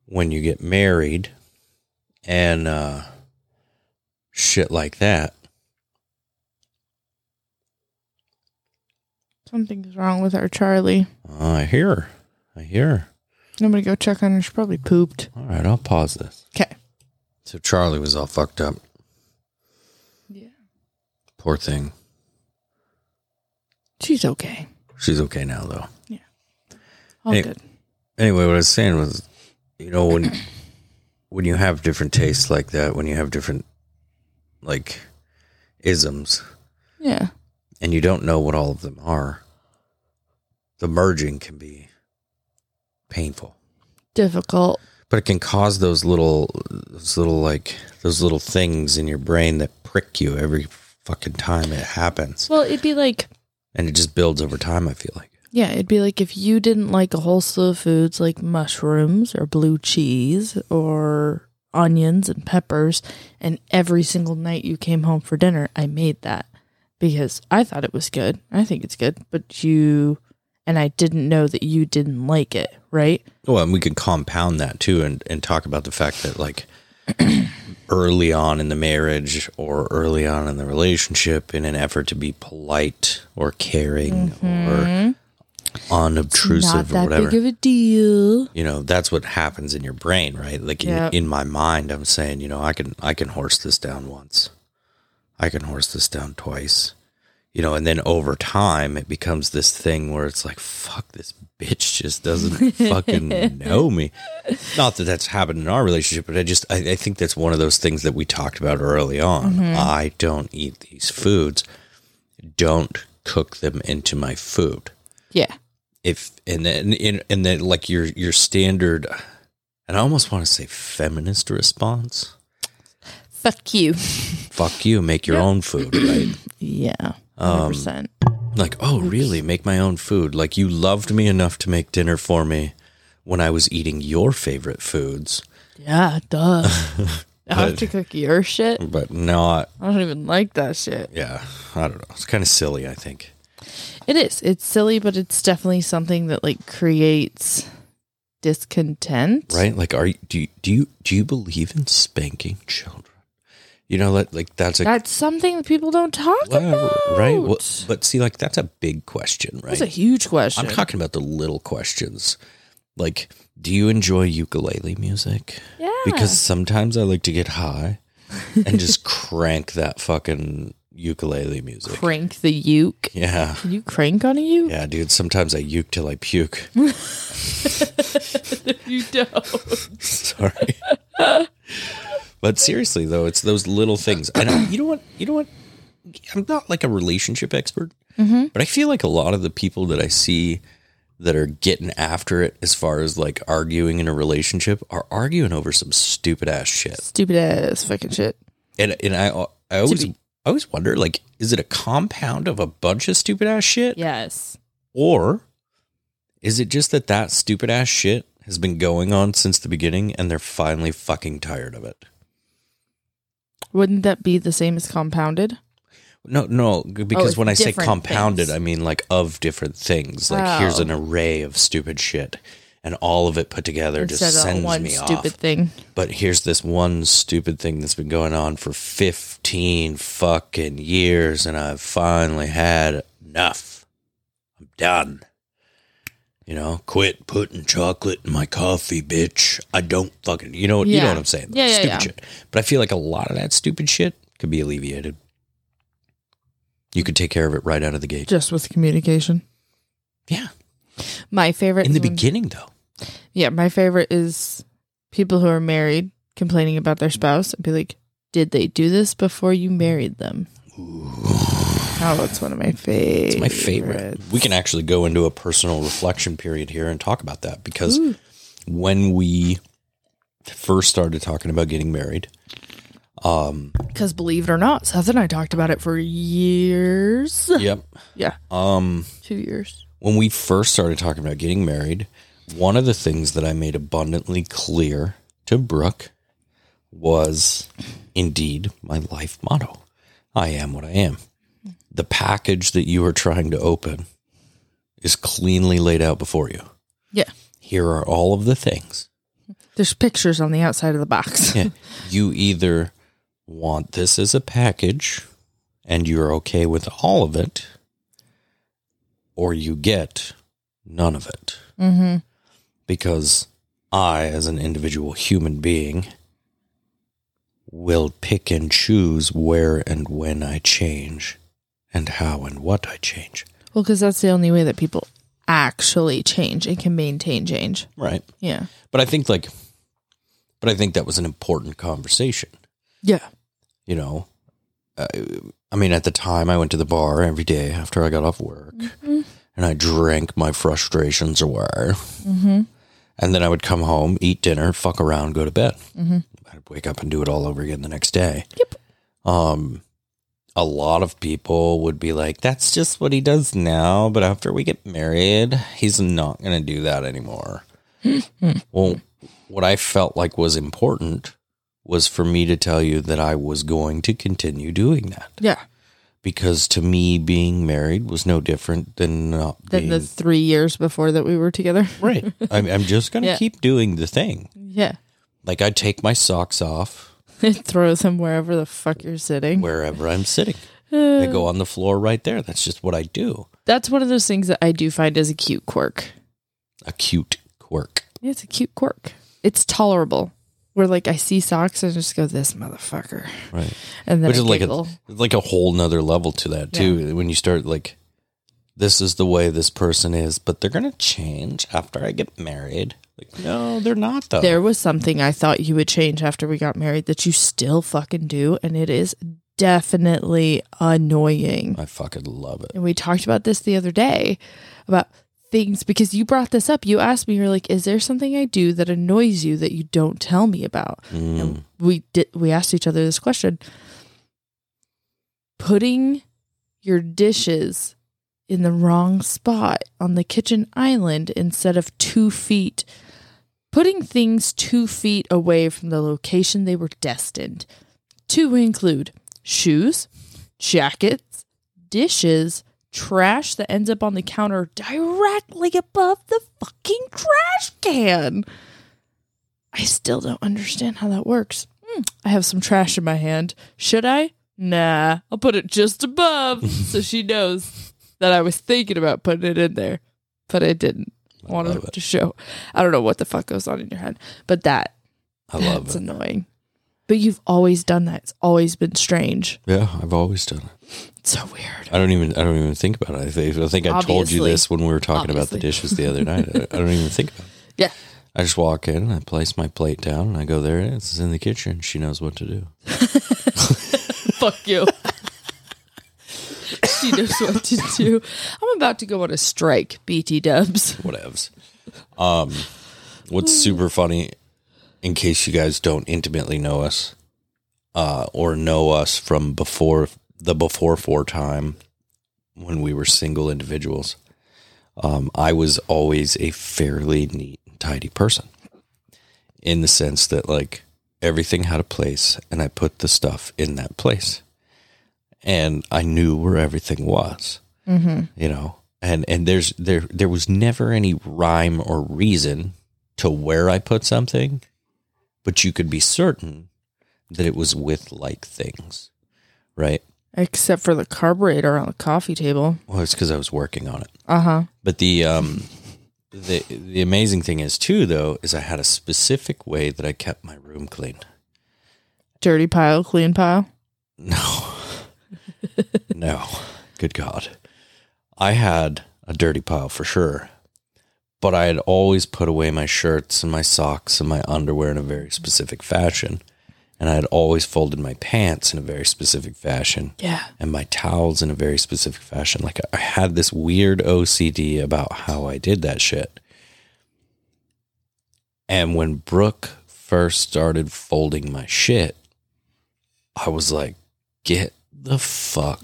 when you get married, and uh, shit like that. Something's wrong with our Charlie. Oh, I hear her. I hear her. I'm going to go check on her. She probably pooped. All right, I'll pause this. Okay. So Charlie was all fucked up. Yeah. Poor thing. She's okay. She's okay now, though. All Hey. good. Anyway, what I was saying was, you know, when *coughs* when you have different tastes like that, when you have different like isms, Yeah. and you don't know what all of them are, the merging can be painful. Difficult. but it can cause those little those little like those little things in your brain that prick you every fucking time it happens Well, it'd be like, and it just builds over time i feel like yeah, it'd be like if you didn't like a whole slew of foods like mushrooms or blue cheese or onions and peppers, and every single night you came home for dinner, I made that. because I thought it was good. I think it's good, but you and I didn't know that you didn't like it, right? well and we could compound that too and, and talk about the fact that like *clears throat* early on in the marriage or early on in the relationship in an effort to be polite or caring or Not unobtrusive or Mm-hmm. that whatever big of a deal. you know that's what happens in your brain right like in, Yep. in my mind i'm saying you know i can i can horse this down once i can horse this down twice you know and then over time it becomes this thing where it's like fuck this bitch just doesn't fucking know me not that that's happened in our relationship but i just i, I think that's one of those things that we talked about early on i don't eat these foods don't cook them into my food Yeah. if and then and, and then like your your standard and I almost want to say feminist response. Fuck you. Fuck you, make your own food, right? *laughs* Um, Yeah. 100%. Like, oh really, make my own food. Like you loved me enough to make dinner for me when I was eating your favorite foods, yeah, duh. *laughs* I have to cook your shit. but not I don't even like that shit. yeah, I don't know. It's kind of silly, I think. It is. It's silly, but it's definitely something that like creates discontent. right? Like, are you, do you, do you do you believe in spanking children? You know, like, like that's a That's something that people don't talk whatever, about. right? Well, but see, like that's a big question, right? That's a huge question. I'm talking about the little questions. Like, do you enjoy ukulele music? yeah. Because sometimes I like to get high and just *laughs* crank that fucking ukulele music. crank the uke. Yeah. Can you crank on a uke? Yeah, dude. Sometimes I uke till I puke. You don't. *laughs* Sorry. but seriously though, it's those little things. And I, you know what? You know what? I'm not like a relationship expert, but I feel like a lot of the people that I see that are getting after it as far as like arguing in a relationship are arguing over some stupid ass shit. Stupid ass fucking shit. And and I I always be- I always wonder like is it a compound of a bunch of stupid ass shit Yes. or is it just that that stupid ass shit has been going on since the beginning and they're finally fucking tired of it? Wouldn't that be the same as compounded? No, no, g- because Oh, it's when I say different compounded, things. I mean like of different things. Like here's Oh. an array of stupid shit, and all of it put together just Instead of sends one me stupid off. thing. But here's this one stupid thing that's been going on for 15 fucking years, and I've finally had enough. I'm done. You know, quit putting chocolate in my coffee, bitch. I don't fucking, you know, you know Yeah. what I'm saying? Yeah, yeah, stupid yeah. shit. But I feel like a lot of that stupid shit could be alleviated. You could take care of it right out of the gate. Just with communication. Yeah. My favorite In the is when- beginning, though. Yeah, my favorite is people who are married complaining about their spouse and be like, "Did they do this before you married them?" Oh, that's one of my favorites. It's my favorite. We can actually go into a personal reflection period here and talk about that because when we first started talking about getting married, Because believe it or not, Seth and I talked about it for years. *laughs* yep. Yeah, Um, two years. when we first started talking about getting married, one of the things that I made abundantly clear to Brooke was indeed my life motto I am what I am. The package that you are trying to open is cleanly laid out before you. Yeah, Here are all of the things there's pictures on the outside of the *laughs* box. Yeah. you either want this as a package and you're okay with all of it, or you get none of it. mm-hmm. Because I, as an individual human being, will pick and choose where and when I change and how and what I change. Well, because that's the only way that people actually change and can maintain change. Right. Yeah. But I think, like, but I think that was an important conversation. Yeah. you know, uh, I mean, at the time I went to the bar every day after I got off work and I drank my frustrations away. And then I would come home, eat dinner, fuck around, go to bed. I'd wake up and do it all over again the next day. Yep. Um, a lot of people would be like, that's just what he does now. But after we get married, he's not going to do that anymore. well, what I felt like was important was for me to tell you that I was going to continue doing that Yeah. because to me, being married was no different than not Then being *laughs* the three years before that we were together. right. I'm, I'm just going to Yeah. keep doing the thing. Yeah. Like I take my socks off *laughs* Throw them wherever the fuck you're sitting. *sighs* wherever I'm sitting. They go on the floor right there. That's just what I do. That's one of those things that I do find as a cute quirk. A cute quirk. It's a cute quirk. It's tolerable. Where like I see socks and I just go, this motherfucker, Right. and then Which I is like a, giggle. like a whole nother level to that too. When you start like, this is the way this person is, but they're going to change after I get married. Like, no, they're not though. there was something I thought you would change after we got married that you still fucking do, and it is definitely annoying. I fucking love it. And we talked about this the other day about things because you brought this up. You asked me, you're like, is there something I do that annoys you that you don't tell me about? Mm, And we did we asked each other this question putting your dishes in the wrong spot on the kitchen island instead of two feet putting things two feet away from the location they were destined to include shoes jackets dishes trash that ends up on the counter directly above the fucking trash can. I still don't understand how that works. Hmm, I have some trash in my hand. Should I? Nah, I'll put it *laughs* just above so she knows that I was thinking about putting it in there, but I didn't. I want love her to show. I don't know what the fuck goes on in your head, but that I love that's it. annoying. But you've always done that. It's always been strange. Yeah, I've always done it. It's so weird. I don't even I don't even think about it. I think I, think I told you Obviously. this when we were talking about the Obviously. dishes the other night. I, I don't even think about it. *laughs* Yeah. I just walk in, I place my plate down, and I go there. It is. It's in the kitchen. She knows what to do. Fuck you. *laughs* she knows what to do. I'm about to go on a strike, BT dubs. Whatevs. Um, what's super funny, in case you guys don't intimately know us, uh, or know us from before the before four time when we were single individuals, um, I was always a fairly neat and tidy person in the sense that like everything had a place and I put the stuff in that place. And I knew where everything was you know and and there's there there was never any rhyme or reason to where i put something but you could be certain that it was with like things right Except for the carburetor on the coffee table. well it's because i was working on it Uh huh. but the um the the amazing thing is too though is i had a specific way that i kept my room clean Dirty pile, clean pile. No. no. Good God. I had a dirty pile for sure. But I had always put away my shirts and my socks and my underwear in a very specific fashion. And I had always folded my pants in a very specific fashion Yeah. and my towels in a very specific fashion. Like I had this weird OCD about how I did that shit. And when Brooke first started folding my shit, I was like, get the fuck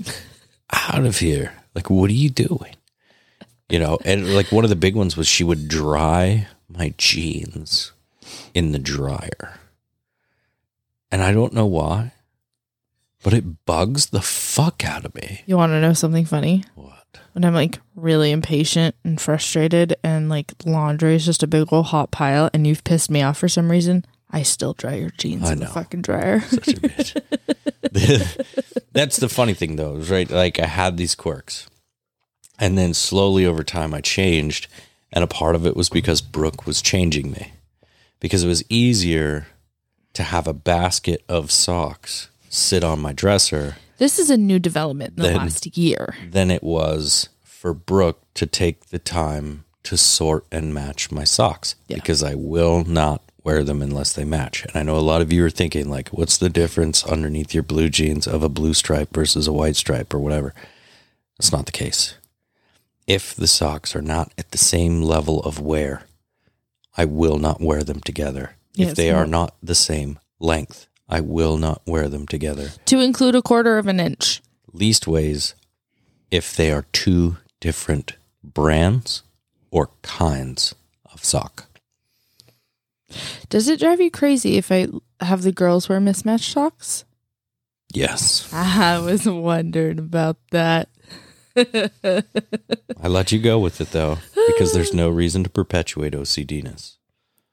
out of here. Like, what are you doing? You know, and like one of the big ones was she would dry my jeans in the dryer. And I don't know why, but it bugs the fuck out of me. You want to know something funny? What? When I'm like really impatient and frustrated, and like laundry is just a big old hot pile, and you've pissed me off for some reason, I still dry your jeans I in the know. fucking dryer. *laughs* Such a bitch. *laughs* That's the funny thing, though, is right? Like, I had these quirks. And then slowly over time, I changed. And a part of it was because Brooke was changing me. Because it was easier to have a basket of socks sit on my dresser This is a new development in the Then- last year. than it was for Brooke to take the time to sort and match my socks Yeah. because I will not wear them unless they match. And I know a lot of you are thinking, like, what's the difference underneath your blue jeans of a blue stripe versus a white stripe or whatever? That's not the case. If the socks are not at the same level of wear, I will not wear them together. Yeah, if it's they are not- not the same length, I will not wear them together To include a quarter of an inch. least ways if they are two different brands or kinds of sock. Does it drive you crazy if I have the girls wear mismatched socks? Yes. I was wondering about that. *laughs* I let you go with it though, because there's no reason to perpetuate OCDness.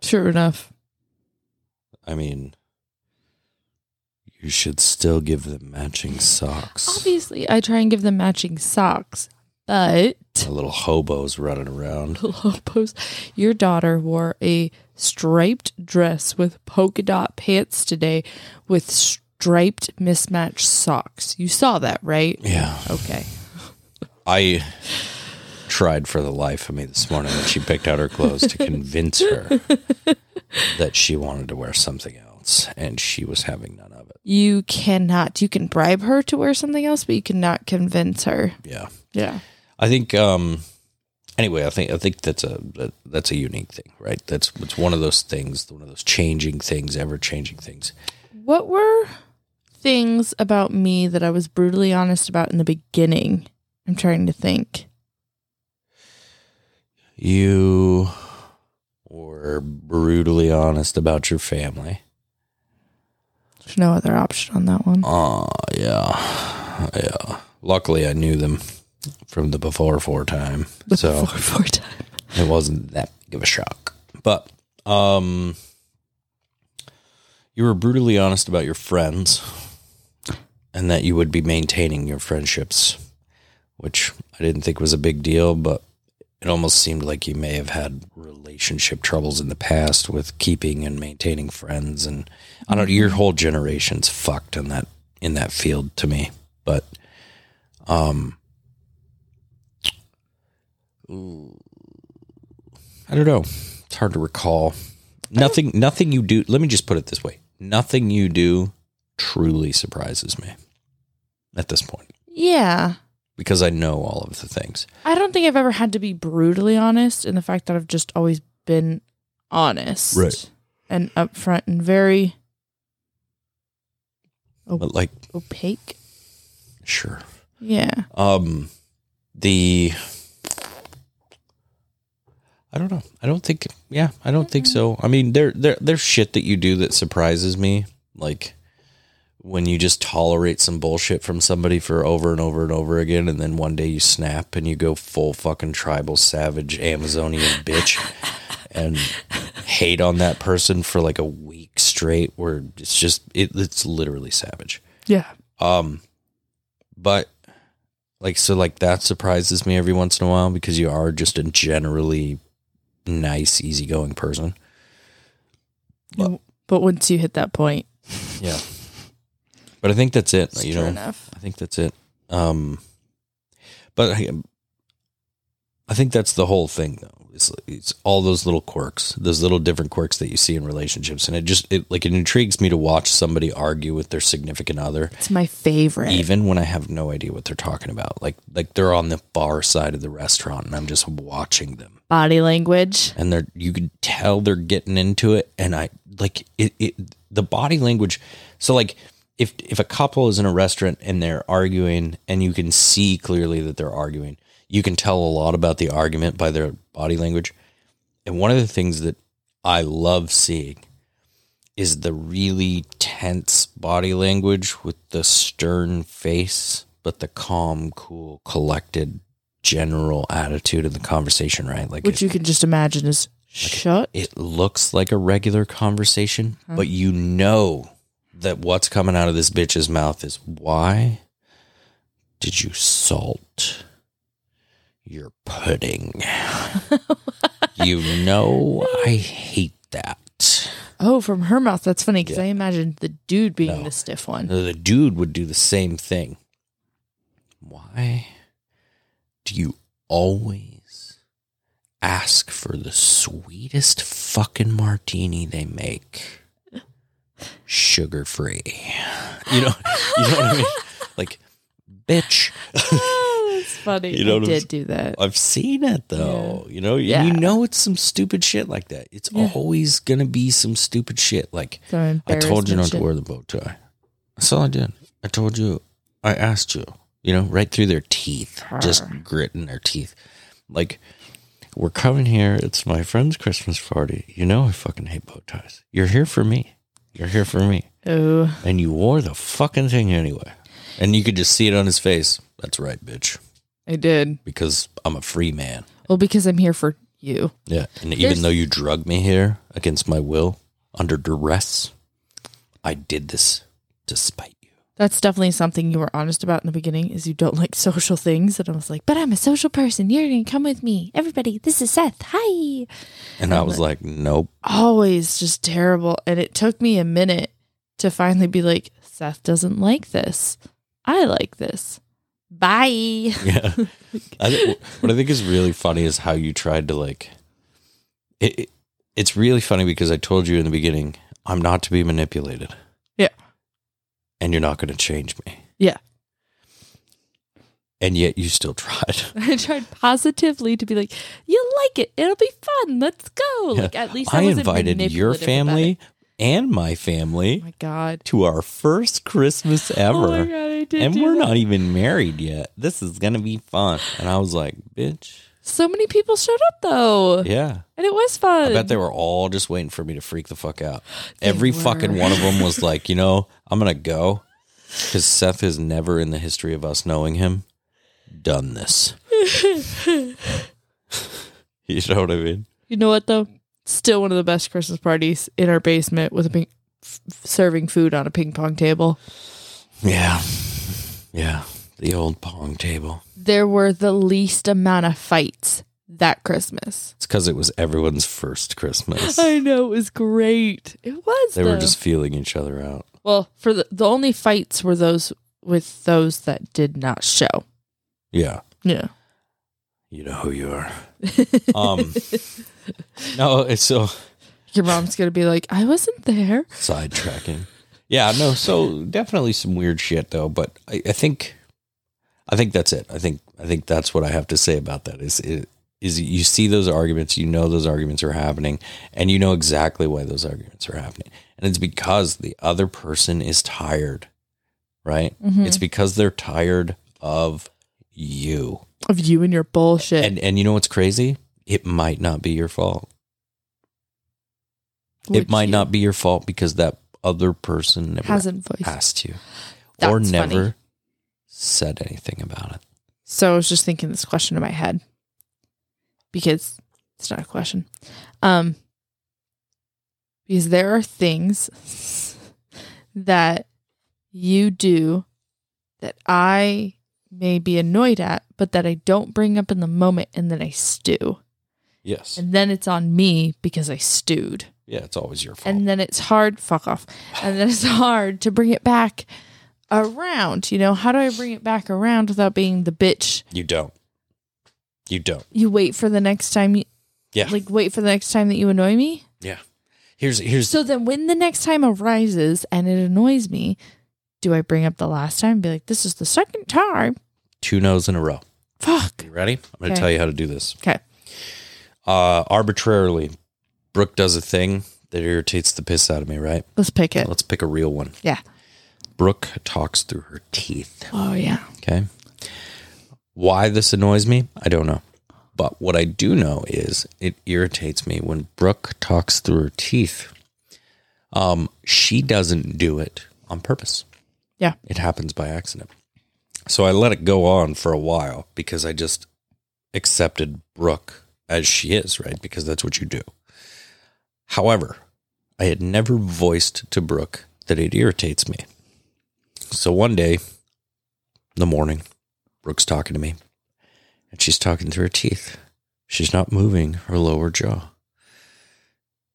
Sure enough. I mean, you should still give them matching socks. Obviously, I try and give them matching socks, but *laughs* The little hobos running around. Lopos, your daughter wore a striped dress with polka dot pants today with striped mismatched socks. You saw that, right? Yeah. Okay. I tried for the life of me this morning when she picked out her clothes to convince her that she wanted to wear something else, and she was having none of it. You cannot, you can bribe her to wear something else, but you cannot convince her. Yeah, Yeah. I think. um Anyway, I think I think that's a that, that's a unique thing, right? That's it's one of those things, one of those changing things, ever changing things. What were things about me that I was brutally honest about in the beginning? I'm trying to think. You were brutally honest about your family. There's no other option on that one. Oh, yeah, yeah. Luckily, I knew them from the before four time. The so before four *laughs* time. it wasn't that big of a shock. But um you were brutally honest about your friends and that you would be maintaining your friendships, which I didn't think was a big deal, but it almost seemed like you may have had relationship troubles in the past with keeping and maintaining friends and I don't know, your whole generation's fucked in that in that field to me. But um I don't know. It's hard to recall. Nothing nothing you do let me just put it this way. Nothing you do truly surprises me at this point. Yeah. Because I know all of the things. I don't think I've ever had to be brutally honest in the fact that I've just always been honest. Right. And upfront and very op- But like, opaque. sure. Yeah. Um the I don't know. I don't think yeah, I don't think so. I mean there there there's shit that you do that surprises me. Like when you just tolerate some bullshit from somebody for over and over and over again and then one day you snap and you go full fucking tribal savage Amazonian bitch and hate on that person for like a week straight where it's just it, it's literally savage. Yeah. Um, but like, so like that surprises me every once in a while because you are just a generally nice, easygoing person. Well- but once you hit that point, Yeah. But I think that's it. it's you true know, enough. I think that's it. Um, but I, I think that's the whole thing, though. It's it's all those little quirks, those little different quirks that you see in relationships, and it just it like it intrigues me to watch somebody argue with their significant other It's my favorite. even when I have no idea what they're talking about. Like like they're on the far side of the restaurant and I'm just watching them. Body language. And they're you can tell they're getting into it and I like it, it the body language so like if if a couple is in a restaurant and they're arguing and you can see clearly that they're arguing, you can tell a lot about the argument by their body language. And one of the things that I love seeing is the really tense body language with the stern face, but the calm, cool, collected general attitude of the conversation, right? Like which it, you can just imagine is shut. it looks like a regular conversation, but you know that what's coming out of this bitch's mouth is why did you salt your pudding? you know I hate that. Oh, from her mouth. That's funny because Yeah. I imagined the dude being No. the stiff *laughs* one. The dude would do the same thing. Why do you always ask for the sweetest fucking martini they make? Sugar free. You know, you know what *laughs* I mean? Like, bitch. *laughs* Ah, that's funny. You know I what I'm did do that. I've seen it though. You know, Yeah. you know it's some stupid shit like that. It's Yeah. always gonna be some stupid shit like So I told you not to embarrassment wear the bow tie. That's all I did. I told you. I asked you. You know, right through their teeth, just Arr. gritting their teeth. Like, we're coming here. It's my friend's Christmas party. You know, I fucking hate bow ties. You're here for me. You're here for me. shit. Oh, And you wore the fucking thing anyway. And you could just see it on his face. That's right, bitch. I did. Because I'm a free man. Well, because I'm here for you. Yeah. And There's- even though you drug me here against my will, under duress, I did this despite you. That's definitely something you were honest about in the beginning is you don't like *laughs* social things. And I was like, but I'm a social person. You're going to come with me. Everybody, this is Seth. Hi. And I was like, nope. Always just terrible. And it took me a minute to finally be like, Seth doesn't like this. I like this. *laughs* Bye. *laughs* Yeah. I thi- what I think is really funny is how you tried to like. It, it- it's really funny because I told you in the beginning I'm not to be manipulated. Yeah. And you're not going to change me. Yeah. And yet you still tried. *laughs* I tried positively to be like, you'll like it. It'll be fun. Let's go. Yeah. Like, at least I, I wasn't invited your manipulative about it. family and my Oh family my God. to our first Christmas Oh my ever. God, I did and do we're that. not even married yet. This is going to be fun. And I was like, bitch. So many people showed up though, Yeah. and it was fun. I bet they were all just waiting for me to freak the fuck out. Every were. fucking one of them was like, you know, I'm gonna go because Seth is never in the history of us knowing him done *laughs* this. You know what I mean? You know what though? Still one of the best Christmas parties in our basement with a ping- f- serving food on a ping pong table. Yeah. Yeah. The old pong table. There were the least amount of fights that *laughs* Christmas. It's because it was everyone's first Christmas. I know it was great. It was. They were though. just feeling each other out. well for the the only fights were those with those that did not show. *laughs* Yeah. Yeah. You know who you are. *laughs* Um, no, it's so Your mom's gonna be like, I wasn't there. sidetracking. Yeah, no, so definitely some weird shit though, but I, I think I think that's it. I think I think that's what I have to say about that is it is you see those arguments, you know those arguments are happening, and you know exactly why those arguments are happening. And it's because the other person is tired, right? Mm-hmm. It's because they're tired of you. Of you and your bullshit. And and you know what's crazy? It might not be your fault which it might you not be your fault because that other person never hasn't voiced. asked you That's or funny. never said anything about it. So I was just thinking this question in my head because it's not a question. Um, because there are things that you do that I may be annoyed at, but that I don't bring up in the moment and then I stew. Yes. And then it's on me because I stewed. yeah, it's always your fault. And then it's hard, fuck off. And then it's hard to bring it back around. You know, how do I bring it back around without being the bitch? you don't. You don't. you wait for the next time you Yeah. like wait for the next time that you annoy me yeah. Here's here's so then when the next time arises and it annoys me do i bring up the last time and be like this is the second time two no's in a row. fuck You ready? I'm going to Okay. tell you how to do this. okay Uh arbitrarily, Brooke does a thing that irritates the piss out of me, right? let's pick it Let's pick a real one. yeah Brooke talks through her teeth. oh yeah Okay. Why this annoys me, I don't know. But what I do know is it irritates me when Brooke talks through her teeth. Um, she doesn't do it on purpose. Yeah. It happens by accident. So I let it go on for a while because I just accepted Brooke as she is, right? Because that's what you do. However, I had never voiced to Brooke that it irritates me. So one day in the morning, Brooke's talking to me and she's talking through her teeth. She's not moving her lower jaw.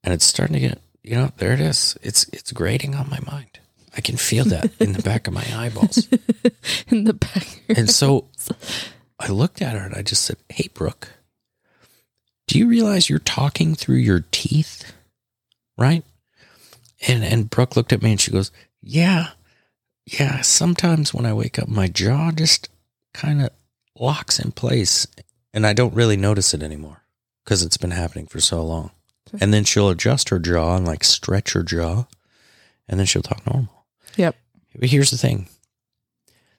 And it's starting to get, you know, there it is. It's it's grating on my mind. I can feel that in the back of my eyeballs. *laughs* in the back And so I looked at her and I just said, Hey, Brooke, do you realize you're talking through your teeth? Right? And and Brooke looked at me and she goes, Yeah, yeah. Sometimes when I wake up, my jaw just kind of locks in place and I don't really notice it anymore because it's been happening for so long. And then she'll adjust her jaw and like stretch her jaw and then she'll talk normal. yep But here's the thing.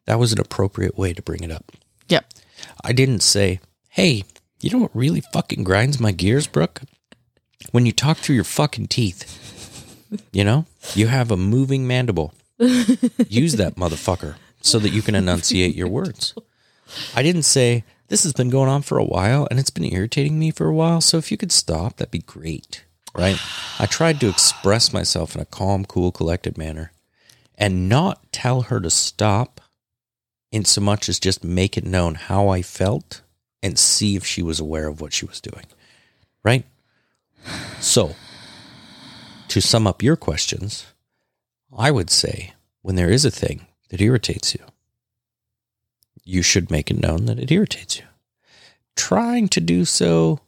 That was an appropriate way to bring it up. yep I didn't say, hey, you know what really fucking grinds my gears, Brooke? When you talk through your fucking teeth. You know, you have a moving mandible. Use that motherfucker so that you can enunciate your words. I didn't say, this has been going on for a while and it's been irritating me for a while. So if you could stop, that'd be great. Right? I tried to express myself in a calm, cool, collected manner and not tell her to stop in so much as just make it known how I felt and see if she was aware of what she was doing. Right? So, to sum up your questions, I would say when there is a thing that irritates you, you should make it known that it irritates you. Trying to do so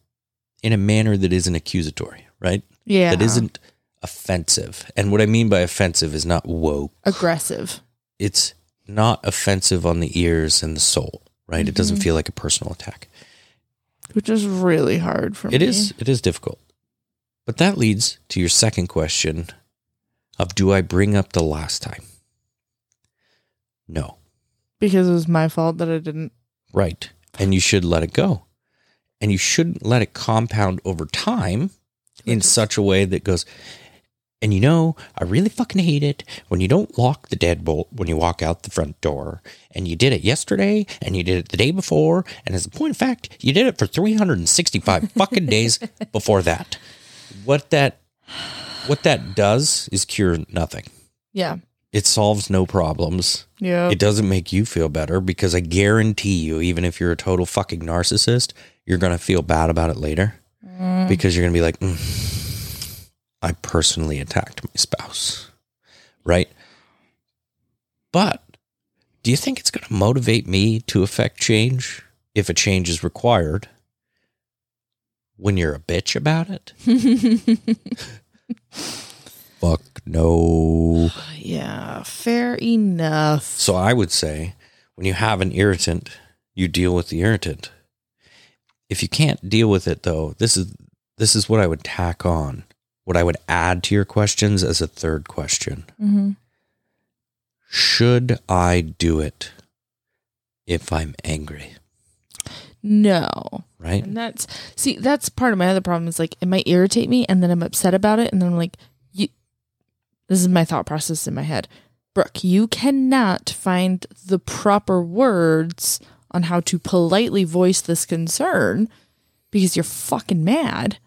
in a manner that isn't accusatory, right? yeah That isn't offensive. And what I mean by offensive is not woke aggressive it's not offensive on the ears and the soul, right? It Mm-hmm. doesn't feel like a personal attack. which is really hard for me It is it is difficult. But that leads to your second question of do I bring up the last time? No. because it was my fault that i didn't Right. And you should let it go. And you shouldn't let it compound over time in such a way that goes, And you know, I really fucking hate it when you don't lock the deadbolt when you walk out the front door. And you did it yesterday, and you did it the day before, and as a point of fact, you did it for 365 fucking days before that. What that what that does is cure nothing. Yeah. It solves no problems. Yeah. It doesn't make you feel better because I guarantee you, even if you're a total fucking narcissist, you're going to feel bad about it later Mm-hmm. because you're going to be like, "Mm, I personally attacked my spouse. Right. But do you think it's going to motivate me to affect change if a change is required when you're a bitch about it? *laughs* Fuck no. yeah. Fair enough. So I would say when you have an irritant, you deal with the irritant. If you can't deal with it though, this is this is what I would tack on. What I would add to your questions as a third question. hmm Should I do it if I'm angry? No. Right? And that's see, that's part of my other problem is like it might irritate me and then I'm upset about it and then I'm like, you this is my thought process in my head. Brooke, you cannot find the proper words on how to politely voice this concern because you're fucking mad.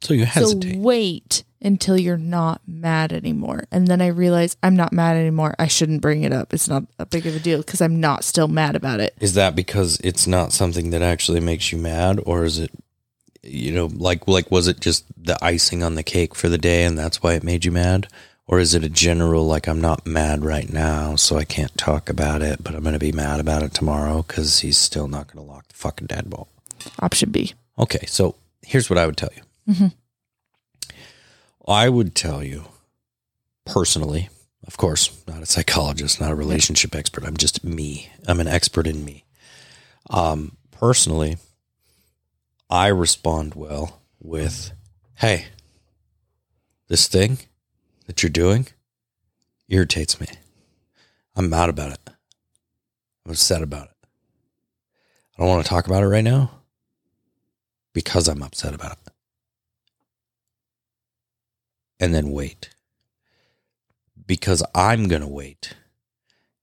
So you hesitate. So wait until you're not mad anymore. And then I realize I'm not mad anymore. I shouldn't bring it up. It's not a big of a deal because I'm not still mad about it. is that because it's not something that actually makes you mad or is it you know like like was it just the icing on the cake for the day and that's why it made you mad or is it a general like i'm not mad right now so i can't talk about it but i'm going to be mad about it tomorrow cuz he's still not going to lock the fucking deadbolt Option B. okay so here's what i would tell you i would tell you personally of course not a psychologist not a relationship expert i'm just me i'm an expert in me um, personally, I respond well with, "Hey, this thing that you're doing irritates me. I'm mad about it. I'm upset about it. I don't want to talk about it right now because I'm upset about it." And then wait. Because I'm going to wait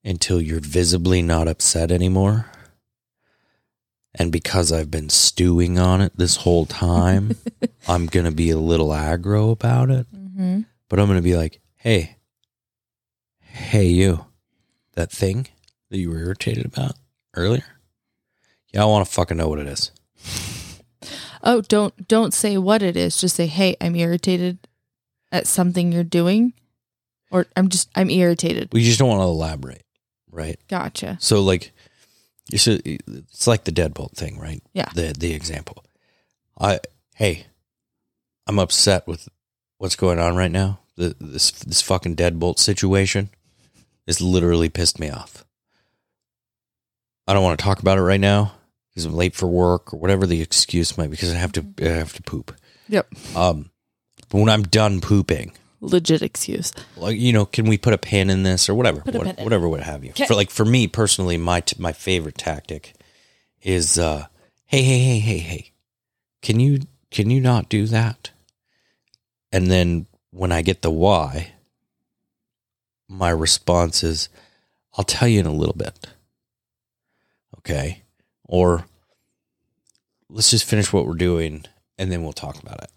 until you're visibly not upset anymore and because I've been stewing on it this whole time, I'm going to be a little aggro about it. Mm-hmm. But I'm going to be like, hey, hey, you, that thing that you were irritated about earlier? Yeah, I want to fucking know what it is. Oh, don't don't say what it is. Just say, "Hey, I'm irritated at something you're doing," or "I'm just I'm irritated." We just don't want to elaborate, right? Gotcha. So, like, you should, it's like the deadbolt thing, right? Yeah. The, the example. I, hey, I'm upset with what's going on right now. The, this this fucking deadbolt situation has literally pissed me off. I don't want to talk about it right now because I'm late for work or whatever the excuse might. Because I have to I have to poop. Yep. Um, but when I'm done pooping, Legit excuse. like you know, can we put a pin in this or whatever, Put a what- pin in it. whatever, what have you? Okay. For like for me personally, my t- my favorite tactic is, uh, hey, hey, hey, hey, hey, can you can you not do that? And then when I get the why, my response is, I'll tell you in a little bit. Okay, or let's just finish what we're doing and then we'll talk about it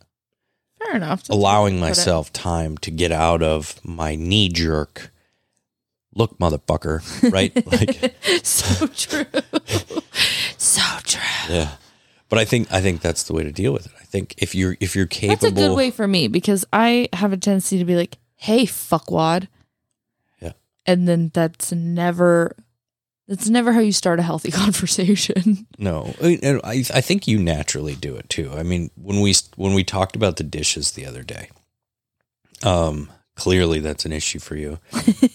Fair enough. That's *laughs* allowing how I put it. myself time to get out of my knee jerk look *laughs* motherfucker right like so true. *laughs* so true. yeah but i think i think that's the way to deal with it i think if you're if you're capable That's a good way for me because I have a tendency to be like, "Hey, fuckwad," Yeah. and then that's never that's never how you start a healthy *laughs* conversation. no I, mean, and I I think you naturally do it too i mean when we when we talked about the dishes the other day um clearly that's an issue for you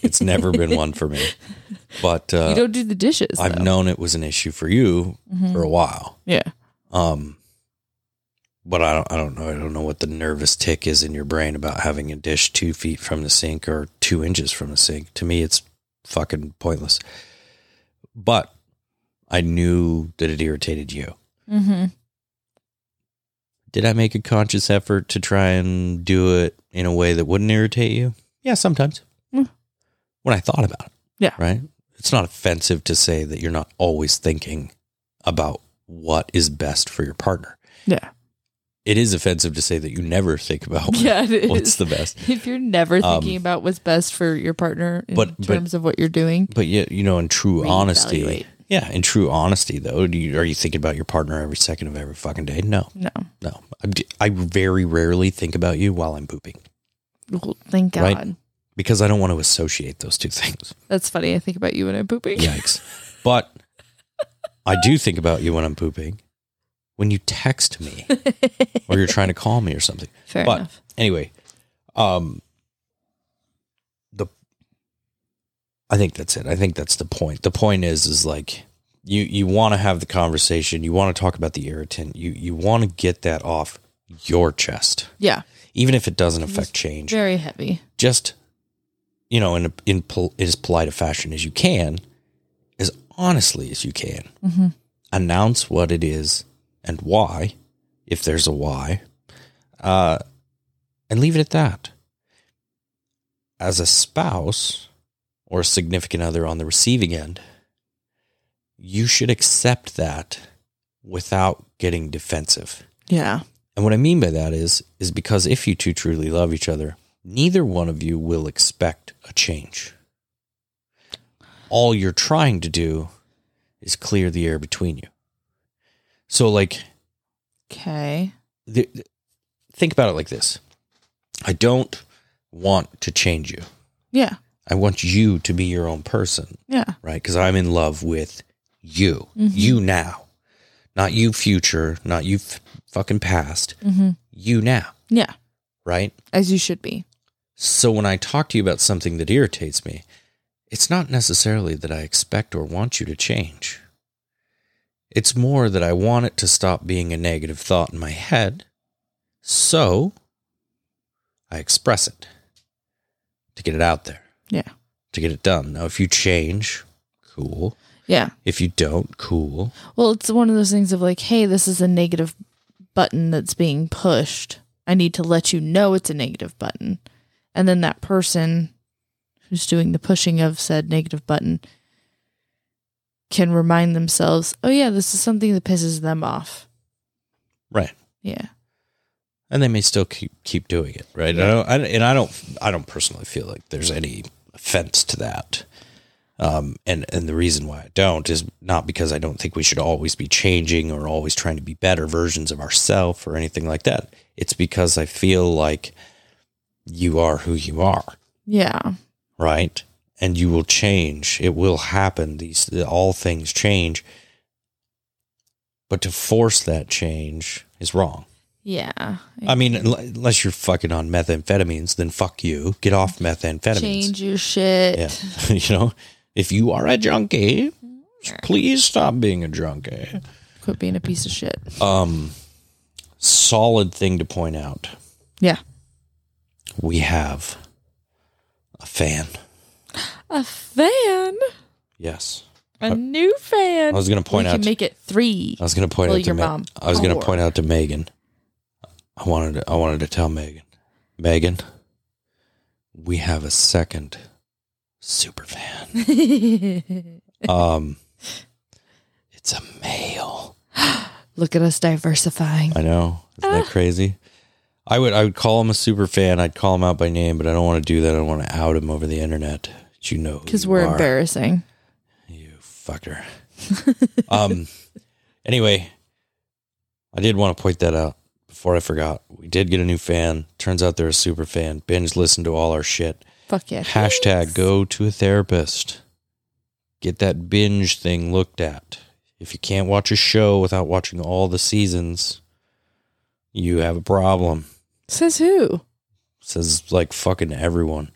it's never *laughs* been one for me but you uh don't do the dishes. i've though. known it was an issue for you Mhm. for a while Yeah. Um, but I don't, I don't know. I don't know what the nervous tick is in your brain about having a dish two feet from the sink or two inches from the sink. To me, it's fucking pointless. But I knew that it irritated you. Mm-hmm. Did I make a conscious effort to try and do it in a way that wouldn't irritate you? Yeah, sometimes. Mm. When I thought about it. Yeah. Right? It's not offensive to say that you're not always thinking about what is best for your partner. Yeah. It is offensive to say that you never think about Yeah, it is. what's the best. if you're never Um, thinking about what's best for your partner in but- but- terms of what you're doing, But yet, you know, in true honesty, reevaluate. yeah, in true honesty, though, do you, are you thinking about your partner every second of every fucking day? No, No. no. I, d- I very rarely think about you while I'm pooping Well, thank God. Right. because I don't want to associate those two things. That's funny. I think about you when I'm pooping. Yikes. but I do think about you when I'm pooping, when you text me or you're trying to call me or something. *laughs* Fair but enough. anyway, um, the I think that's it. I think that's the point. The point is, is like you you want to have the conversation. You want to talk about the irritant. You you want to get that off your chest, Yeah. even if it doesn't affect change. Very heavy. Just you know, in a, in pol- as polite a fashion as you can, as honestly as you can, hmm announce what it is and why, if there's a why, uh, and leave it at that. As a spouse or a significant other on the receiving end, you should accept that without getting defensive. Yeah. And what I mean by that is, is because if you two truly love each other, neither one of you will expect a change. All you're trying to do is clear the air between you. So, like, Okay. the, the- think about it like this I don't want to change you. Yeah. I want you to be your own person, Yeah. right? Because I'm in love with you, Mhm. you now, not you future, not you f- fucking past, hmm you now, Yeah. right? As you should be. So when I talk to you about something that irritates me, it's not necessarily that I expect or want you to change. It's more that I want it to stop being a negative thought in my head. So I express it to get it out there, Yeah. to get it done. Now, if you change, cool. Yeah. If you don't, cool. Well, it's one of those things of like, hey, this is a negative button that's being pushed. I need to let you know it's a negative button. And then that person who's doing the pushing of said negative button can remind themselves, oh, yeah, this is something that pisses them off. Right. Yeah. and they may still keep keep doing it, right? I don't, I, and I don't, I don't personally feel like there's any offense to that. Um, and and the reason why I don't is not because I don't think we should always be changing or always trying to be better versions of ourselves or anything like that. It's because I feel like you are who you are, Yeah. right? And you will change. It will happen. These all things change. But to force that change is wrong. Yeah. I mean, unle- unless you're fucking on methamphetamines, then fuck you. Get off methamphetamines. change your shit. Yeah. *laughs* you know, if you are a junkie, please stop being a junkie. Quit being a piece of shit. Um, solid thing to point out. Yeah. We have a fan. A fan. Yes. A new fan. I was going to Uh, point we out. can make it three. I was going to point Well, out to your Ma- mom. I was going Four. to point out to Megan. I wanted to, I wanted to tell Megan. Megan, we have a second super fan. *laughs* Um, it's a male. Look at us diversifying. I know. Isn't that crazy? I would I would call him a super fan. I'd call him out by name, but I don't want to do that. I don't want to out him over the internet. But You know, who Because you we're are. embarrassing. You fucker. *laughs* um. Anyway, I did want to point that out before I forgot. We did get a new fan. Turns out they're a super fan. Binge listen to all our shit. Fuck yeah. Hashtag go to a therapist. Get that binge thing looked at. If you can't watch a show without watching all the seasons, you have a problem. Says who? Says like fucking everyone.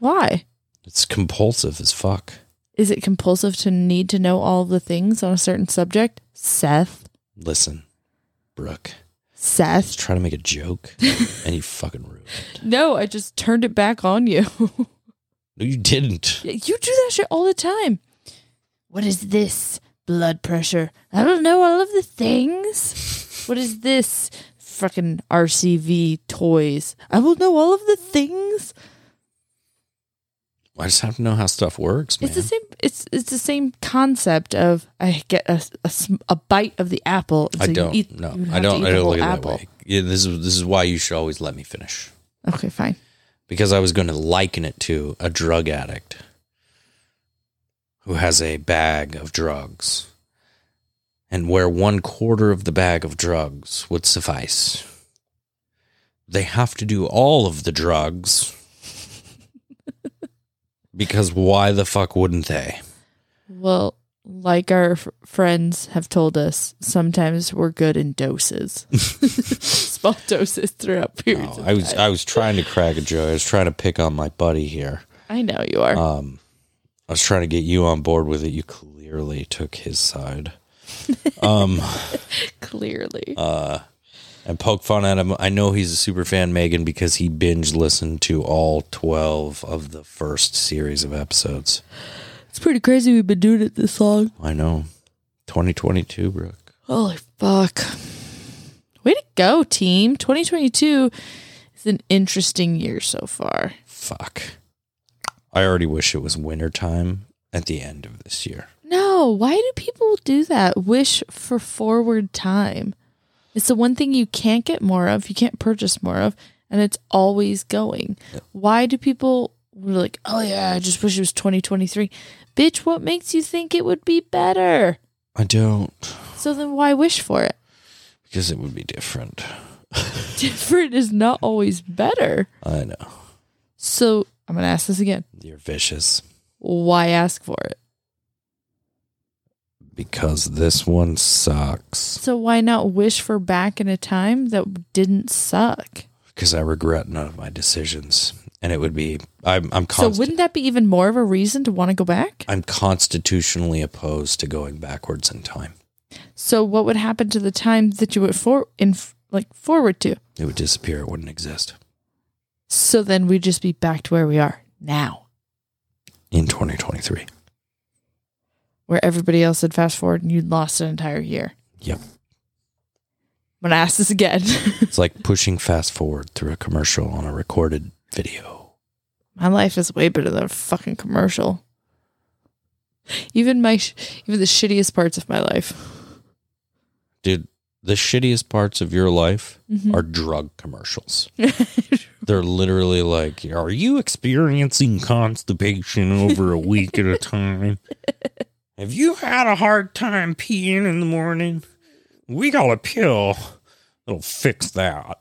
Why? It's compulsive as fuck. Is it compulsive to need to know all the things on a certain subject? Seth. Listen, Brooke, I was Seth. trying to make a *laughs* joke and you fucking ruined it. No, I just turned it back on you. *laughs* No, you didn't. you do that shit all the time. What is this? Blood pressure. I don't know all of the things. What is this? fucking RCV toys. I will know all of the things. I just have to know how stuff works, man. It's the same. It's it's the same concept of I get a, a sm- a bite of the apple. and I so you don't. eat- no, you I have to don't. eat I the don't whole look at it that way. Yeah, this is this is why you should always let me finish Okay, fine. because I was going to liken it to a drug addict who has a bag of drugs, and where one quarter of the bag of drugs would suffice. They have to do all of the drugs *laughs* because why the fuck wouldn't they? Well, like our f- friends have told us, sometimes we're good *laughs* in doses, small doses throughout periods. No, of Oh, I was time. I was trying to crack a joke. I was trying to pick on my buddy here. I know you are. Um, I was trying to get you on board with it. You clearly took his side. um, clearly, uh, and poke fun at him. I know he's a super fan, Megan, because he binge listened to all twelve of the first series of episodes. it's pretty crazy. We've been doing it this long. I know, twenty twenty two, Brooke. Holy fuck! Way to go, team. Twenty twenty two is an interesting year so far. Fuck. I already wish it was winter time at the end of this year. No, why do people do that? Wish for forward time. It's the one thing you can't get more of, you can't purchase more of, and it's always going. Why do people we're like, oh yeah, I just wish it was 2023? Bitch, what makes you think it would be better? I don't So then why wish for it? *laughs* because it would be different. Different is not always better. I know So I'm going to ask this again. you're vicious. Why ask for it? because this one sucks. So why not wish for back in a time that didn't suck? Because I regret none of my decisions, and it would be I'm I'm const- So wouldn't that be even more of a reason to want to go back? I'm constitutionally opposed to going backwards in time. So what would happen to the time that you would for in like forward to? It would disappear. It wouldn't exist So then we'd just be back to where we are now, in 2023. where everybody else had fast forward and you'd lost an entire year. Yep, I'm gonna ask this again. *laughs* it's like pushing fast forward through a commercial on a recorded video. My life is way better than a fucking commercial. Even my sh- even the shittiest parts of my life. Dude, the shittiest parts of your life are drug commercials. *laughs* They're literally like, "Are you experiencing constipation over a week at a time? Have you had a hard time peeing in the morning? We got a pill that'll fix that.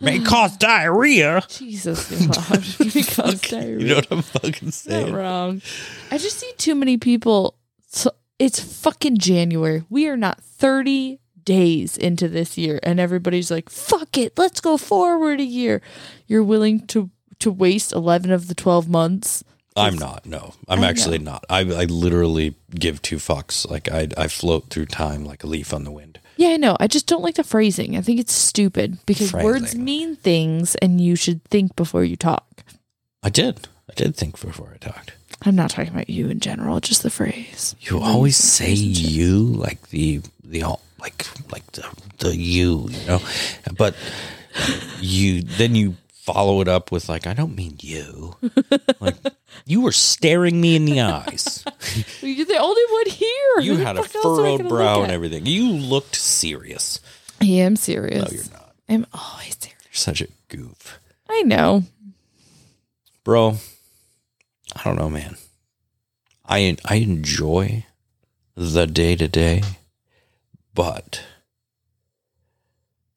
May cause diarrhea." Jesus, *laughs* you're loud. because diarrhea. You know what I'm fucking not saying? wrong. I just see too many people. So it's fucking January. We are not 30 days into this year, and everybody's like, fuck it, let's go forward a year. You're willing to, to waste 11 of the 12 months. I'm not. No, I'm I actually not. I, I literally give two fucks. Like I I float through time like a leaf on the wind. Yeah, I know. I just don't like the phrasing. I think it's stupid because words Phrasing. mean things, and you should think before you talk. I did. I did think before I talked. I'm not talking about you in general, just the phrase. You always say you like the the all like like the the you, you know. But you then you follow it up with like I don't mean you. Like you were staring me in the *laughs* eyes. You're the only one here. You Who the had a fuck else am I furrowed gonna brow look and at? everything. You looked serious. I am serious. No, you're not. I'm always serious. You're such a goof. I know. Bro, I don't know, man. I I enjoy the day to day, but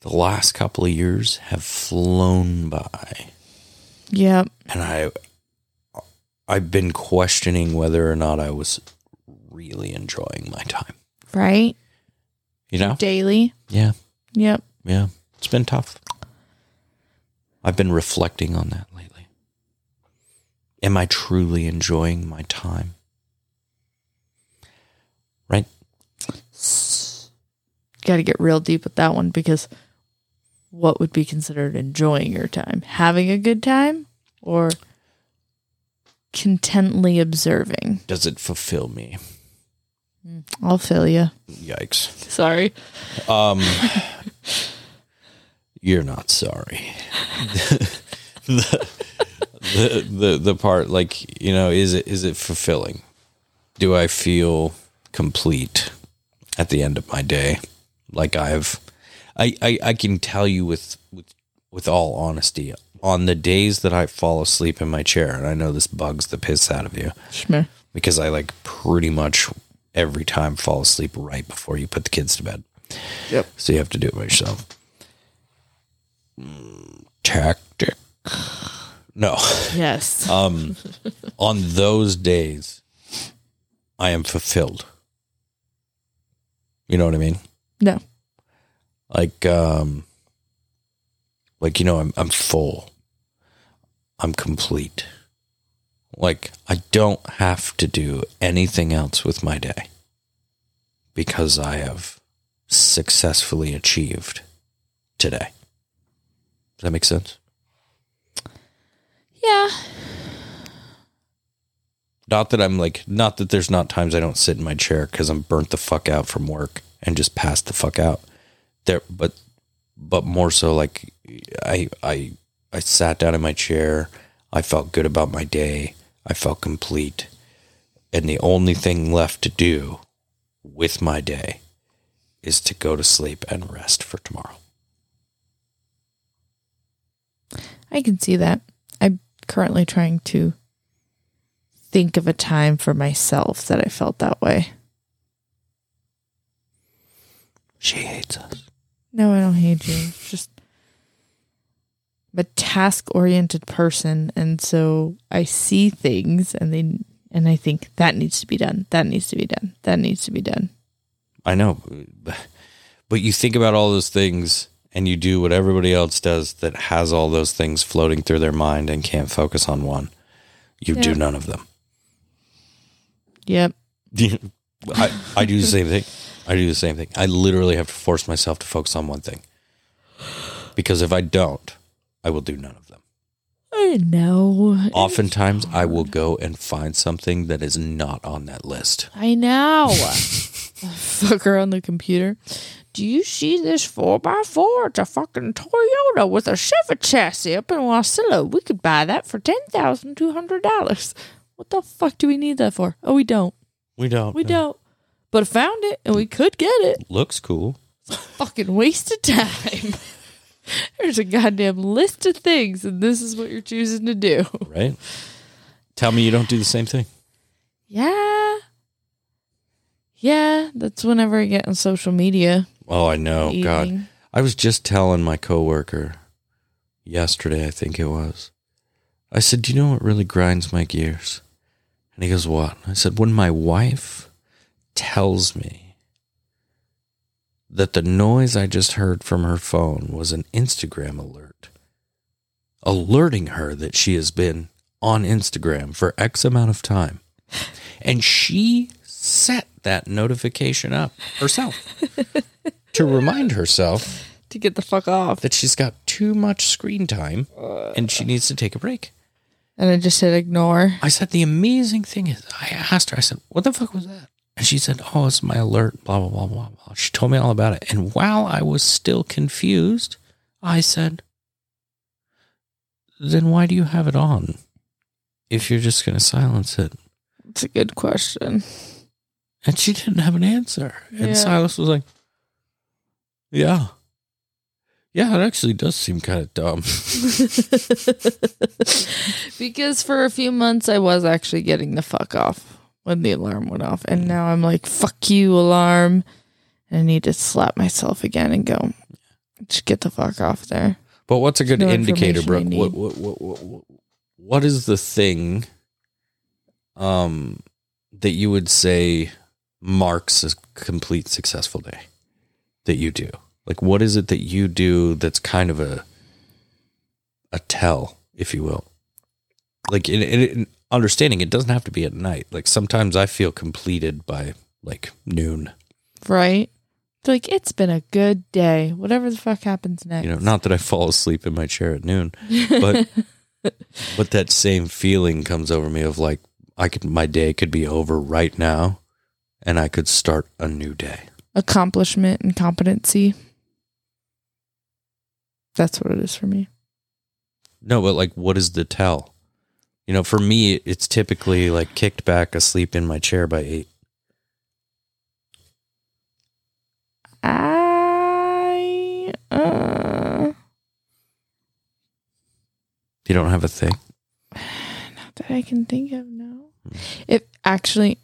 the last couple of years have flown by, Yeah. and I I've been questioning whether or not I was really enjoying my time. Right? You know? Daily. Yeah, Yep. yeah. It's been tough. I've been reflecting on that lately. Am I truly enjoying my time? Right? Got to get real deep with that one because what would be considered enjoying your time? Having a good time or contently observing? Does it fulfill me? I'll fill you. Yikes. Sorry. Um You're not sorry. *laughs* the, the, the the part like you know is it is it fulfilling? Do I feel complete at the end of my day? Like I've, I I, I can tell you with with with all honesty on the days that I fall asleep in my chair, and I know this bugs the piss out of you Schmer. because I like pretty much every time fall asleep right before you put the kids to bed. Yep. So you have to do it by yourself. Mm, Tactic. No. *laughs* Yes. Um, on those days, I am fulfilled. You know what I mean? no. like um like you know i'm i'm full i'm complete like i don't have to do anything else with my day because i have successfully achieved today does that make sense Yeah. not that i'm like not that there's not times i don't sit in my chair cuz i'm burnt the fuck out from work and just passed the fuck out there but but more so like I I I sat down in my chair. I felt good about my day. I felt complete. And the only thing left to do with my day is to go to sleep and rest for tomorrow. I can see that. I'm currently trying to think of a time for myself that I felt that way. She hates us. No, I don't hate you. It's Just I'm a task oriented person and so I see things and they and I think that needs to be done. That needs to be done. That needs to be done. I know. but- But you think about all those things and you do what everybody else does that has all those things floating through their mind and can't focus on one. You do Yeah. none of them. *laughs* Yep. I, I do the same thing. I do the same thing. I literally have to force myself to focus on one thing. Because if I don't, I will do none of them. I know. Oftentimes, I will go and find something that is not on that list. I know. Fucker on the computer. Do you see this 4x4? It's a fucking Toyota with a Chevy chassis up in Wasilla. We could buy that for $10,200. What the fuck do we need that for? Oh, we don't. We don't. We don't. But I found it and we could get it. Looks cool. Fucking waste of time. *laughs* There's a goddamn list of things and this is what you're choosing to do. Right? Tell me you don't do the same thing. Yeah. Yeah, that's whenever I get on social media. Oh, I know. God. Evening. I was just telling my coworker yesterday, I think it was. I said, "Do you know what really grinds my gears?" And he goes, "What?" I said, "When my wife tells me that the noise I just heard from her phone was an Instagram alert, alerting her that she has been on Instagram for X amount of time." And she set that notification up herself to remind herself to get the fuck off. that she's got too much screen time and she needs to take a break. And I just said ignore. I said, The amazing thing is, I asked her, I said, What the fuck was that? And she said, Oh, it's my alert, blah, blah, blah, blah, blah. She told me all about it. And while I was still confused, I said, Then why do you have it on if you're just going to silence it? It's a good question. And she didn't have an answer. Yeah. And Silas was like, Yeah. Yeah, it actually does seem kind of dumb. *laughs* because for a few months I was actually getting the fuck off when the alarm went off. And now I'm like, fuck you, alarm. And I need to slap myself again and go, just get the fuck off there. But what's a good no indicator, Brooke? information you What, what what what what what is the thing um that you would say marks a complete successful day that you do? Like what is it that you do that's kind of a a tell, if you will? Like in, in, in understanding it doesn't have to be at night. Like sometimes I feel completed by like noon. Right? It's like, it's been a good day. Whatever the fuck happens next. You know, not that I fall asleep in my chair at noon, *laughs* but but that same feeling comes over me of like I could my day could be over right now and I could start a new day. Accomplishment and competency. That's what it is for me. No, but like, what is the tell? You know, for me, it's typically like kicked back asleep in my chair by eight. I uh You don't have a thing. not that I can think of, no. Mm-hmm. If actually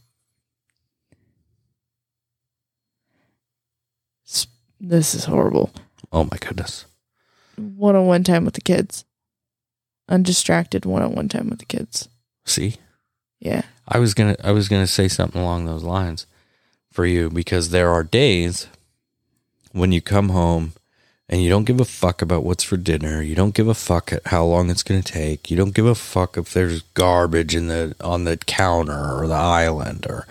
S- this is horrible. Oh my goodness. One on one time with the kids. Undistracted one on one time with the kids. See, Yeah. I was gonna, I was gonna say something along those lines for you because there are days when you come home and you don't give a fuck about what's for dinner. You don't give a fuck at how long it's gonna take. You don't give a fuck if there's garbage in the on the counter or the island or.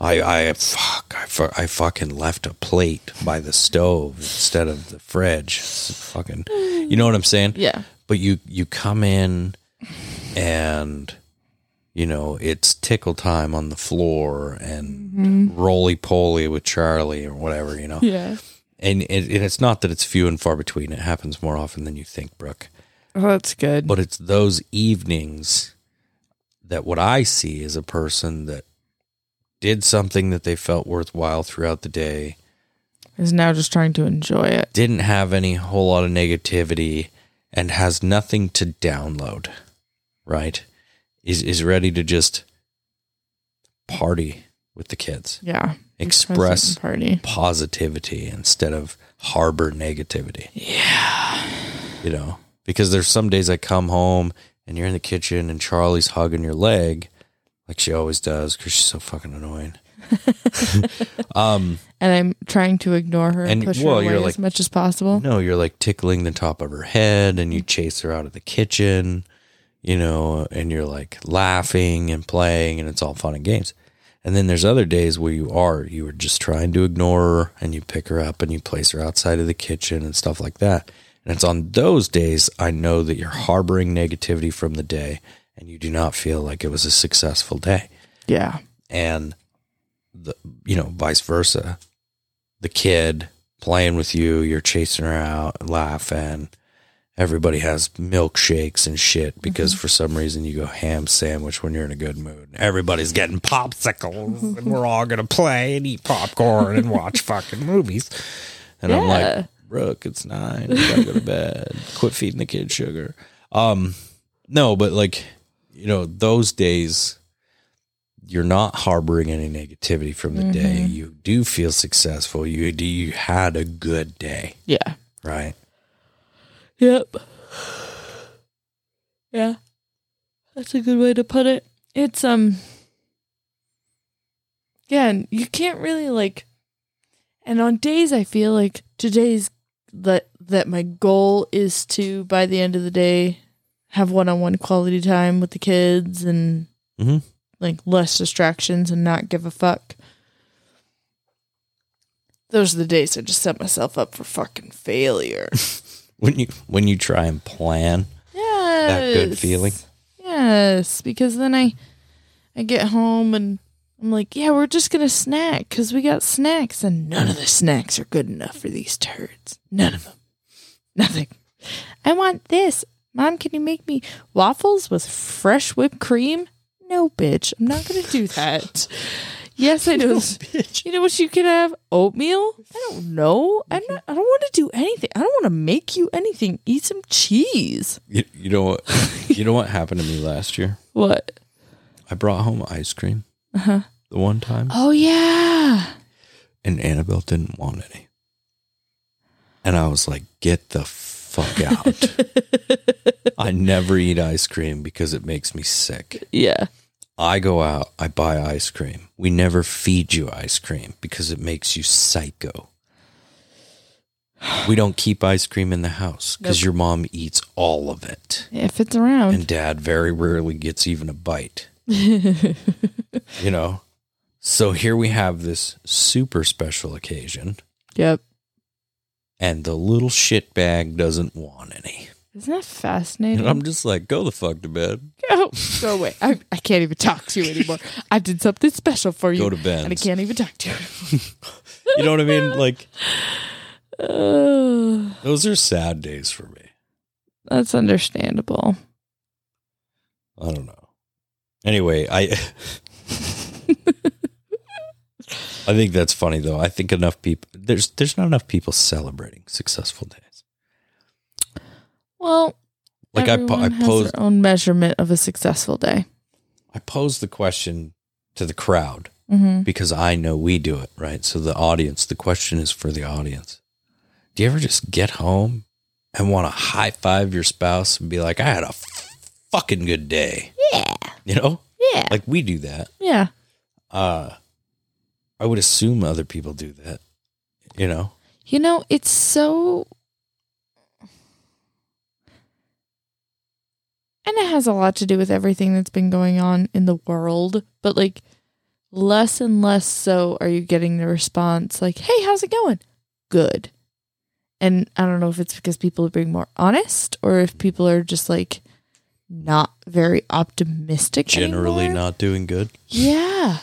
I, I fuck I, fu- I fucking left a plate by the stove instead of the fridge. It's fucking, you know what I'm saying? Yeah. but you you come in and you know it's tickle time on the floor and roly poly with Charlie or whatever *laughs* you know Yeah. and, and and it's not that it's few and far between it happens more often than you think Brooke Oh, that's good. but it's those evenings that what I see is a person that did something that they felt worthwhile throughout the day Is now just trying to enjoy it. didn't have any whole lot of negativity and has nothing to download right is is ready to just party with the kids Yeah. express Present party. positivity instead of harbor negativity Yeah. you know because there's some days i come home and you're in the kitchen and charlie's hugging your leg like she always does because she's so fucking annoying *laughs* um And I'm trying to ignore her and, And, push well, her away you're as like- much as possible. No, you're like tickling the top of her head and you chase her out of the kitchen, you know, and you're like laughing and playing and it's all fun and games. And then there's other days where you are, you are just trying to ignore her and you pick her up and you place her outside of the kitchen and stuff like that. And it's on those days I know that you're harboring negativity from the day and you do not feel like it was a successful day Yeah. and the you know vice versa the kid playing with you you're chasing her out laughing everybody has milkshakes and shit because for some reason you go ham sandwich when you're in a good mood everybody's getting popsicles and we're all gonna play and eat popcorn and watch fucking movies and i'm Yeah. like brooke it's nine you gotta go to bed quit feeding the kid sugar um no but like you know those days you're not harboring any negativity from the day. You do feel successful. You do you had a good day, Yeah. right? Yep. Yeah. That's a good way to put it. It's um Yeah, and you can't really like and on days I feel like today's that that my goal is to by the end of the day have one-on-one quality time with the kids and Mhm. like less distractions and not give a fuck. Those are the days I just set myself up for fucking failure. When you when you try and plan, Yes. good feeling? *laughs* Yes, because then I I get home and I'm like, yeah, we're just gonna snack because we got snacks, and none of the snacks are good enough for these turds. None of them. Nothing. I want this. Mom, can you make me waffles with fresh whipped cream? No, bitch. I'm not gonna do *laughs* that. Yes, I know. You know what you can have? Oatmeal? I don't know. I'm not, I don't want to do anything. I don't want to make you anything. Eat some cheese. you, you know what you know what happened to me last year. What? I brought home ice cream the one time, Uh-huh. *laughs* Oh yeah. and Annabelle didn't want any, and I was like, "Get the fuck out!" I never eat ice cream because it makes me sick. Yeah. I go out, I buy ice cream. We never feed you ice cream because it makes you psycho. We don't keep ice cream in the house because your mom eats all of it. If it's around. And dad very rarely gets even a bite, you know? So here we have this super special occasion, *laughs* yep. and the little shitbag doesn't want any. Isn't that fascinating? *laughs* And I'm just like, go the fuck to bed. go, go away. I, I can't even talk to you anymore. I did something special for you. *laughs* *laughs* Go to bed. And I can't even talk to you. You know what I mean? Like, *laughs* Ugh, Those are sad days for me. *sighs* that's understandable. I don't know. Anyway, I *laughs* I think that's funny though. I think enough people there's there's not enough people celebrating successful days. Well, Like I po- I everyone has posed their own measurement of a successful day. I posed the question to the crowd hmm because I know we do it, right? So the audience, the question is for the audience. Do you ever just get home and want to high five your spouse and be like, I had a f- fucking good day? Yeah, You know, yeah, like we do that. yeah. uh i would assume other people do that you know You know, it's so. And it has a lot to do with everything that's been going on in the world, but like less and less so are you getting the response like, hey, how's it going? Good. And I don't know if it's because people are being more honest or if people are just like not very optimistic. generally anymore. not doing good Yeah.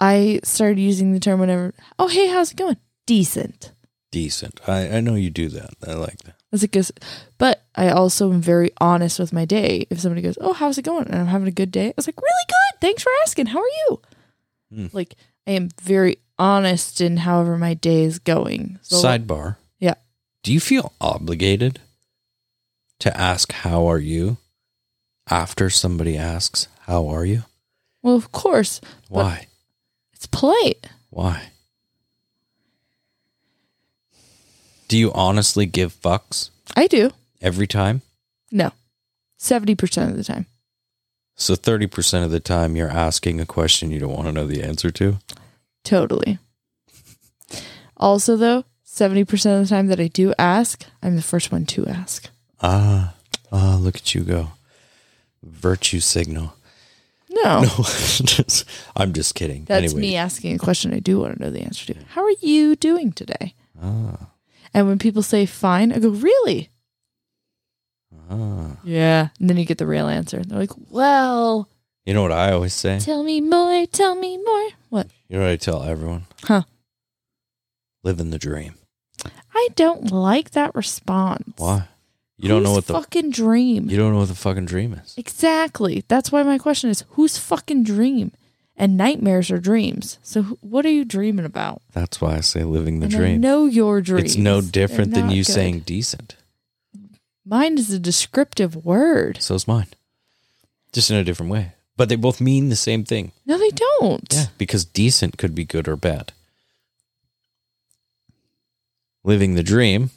I started using the term whenever, oh, hey, how's it going? Decent. decent i i know you do that i like that That's a good, but I also am very honest with my day. If somebody goes, "Oh, how's it going?" and I'm having a good day, I was like, "Really good. Thanks for asking. How are you?" Hmm. Like I am very honest in however my day is going. So, sidebar Yeah. do you feel obligated to ask how are you after somebody asks how are you well, of course, why it's polite. why do you honestly give fucks I do every time no, seventy percent of the time. so 30% of the time you're asking a question you don't want to know the answer to Totally. Also, though, seventy percent of the time that I do ask, I'm the first one to ask. Ah, ah, look at you go. Virtue signal. No, No, *laughs* just- I'm just kidding. Oh. that's anyway, me asking a question I do want to know the answer to. How are you doing today? Ah, And when people say fine, I go, really? ah. Yeah. And then you get the real answer. They're like, well, You know what I always say? tell me more, tell me more. What? You know what I tell everyone? Huh. Living the dream. I don't like that response. Why? You don't know Whose what the fucking dream. you don't know what the fucking dream is. exactly. That's why my question is whose fucking dream? And nightmares are dreams. So wh- what are you dreaming about? That's why I say living the And I dream. know your dream. It's no different than you saying decent. Mine is a descriptive word. So's mine. Just in a different way. But they both mean the same thing. No, they don't. Because decent could be good or bad. Living the dream.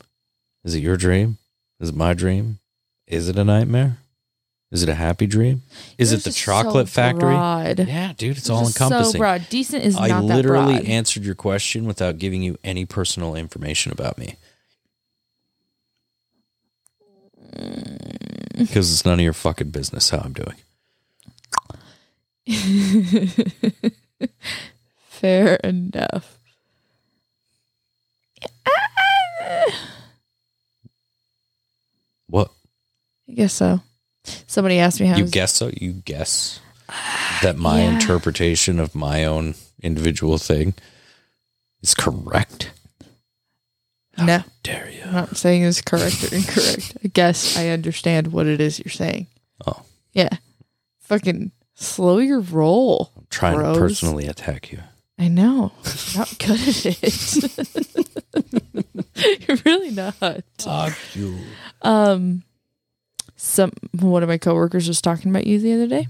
Is it your dream? Is it my dream? Is it a nightmare? Is it a happy dream? Is Yours it the chocolate so factory? broad. Yeah, dude, it's Yours all is So encompassing. broad. Decent is I not that literally broad. answered your question without giving you any personal information about me. Mm. Because it's none of your fucking business how I'm doing. *laughs* Fair enough. What? I guess so. Somebody asked me how I You was- guess so? You *sighs* guess that my yeah. interpretation of my own individual thing is correct? No, Dare you? I'm not saying it's correct or incorrect. I guess I understand what it is you're saying. Oh. Yeah. Fucking slow your roll. I'm trying Gross. to personally attack you. I know. You're not *laughs* good at it. *laughs* you're really not. Fuck you. Um some one of my coworkers was talking about you the other day.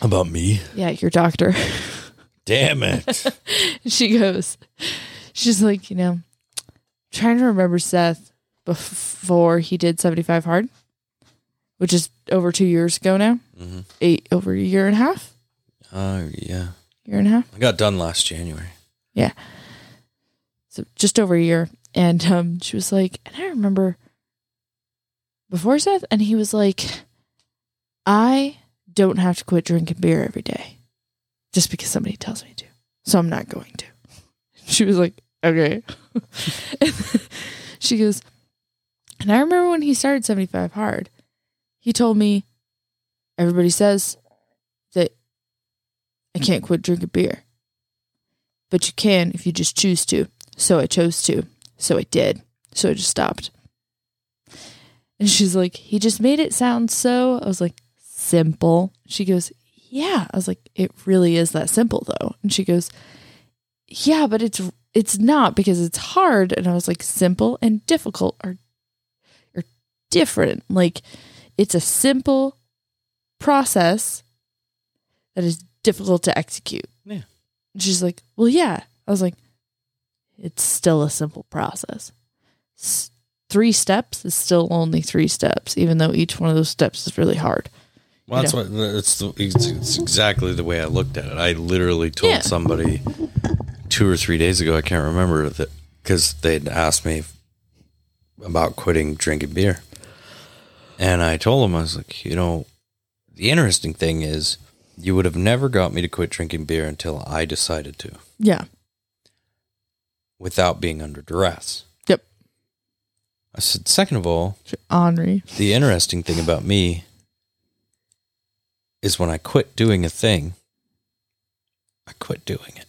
About me? Yeah, your doctor. Damn it. *laughs* *laughs* she goes, she's like, you know, trying to remember Seth before he did 75 hard, which is over two years ago now, Mhm. eight over a year and a half, Oh, yeah. year and a half. I got done last January. So just over a year. And um, she was like, and I remember before Seth, and he was like, I don't have to quit drinking beer every day just because somebody tells me to. So I'm not going to. *laughs* She was like, okay. *laughs* she goes, and I remember when he started 75 Hard, he told me, everybody says that I can't quit drinking beer, but you can if you just choose to. So I chose to. So it did. So it just stopped. And she's like, he just made it sound so. I was like, simple. She goes, yeah. I was like, it really is that simple though. And she goes, yeah, but it's it's not because it's hard. And I was like, simple and difficult are are different. Like, it's a simple process that is difficult to execute. Yeah. And she's like, well, yeah. I was like, it's still a simple process. S- three steps is still only three steps, even though each one of those steps is really hard. Well, that's what that's the, it's, it's exactly the way I looked at it. I literally told Yeah. somebody two or three days ago. I can't remember that because they'd asked me about quitting drinking beer, and I told them I was like, you know, the interesting thing is you would have never got me to quit drinking beer until I decided to Yeah. without being under duress. Yep. I said, second of all, Henri. the interesting thing about me is when I quit doing a thing, I quit doing it.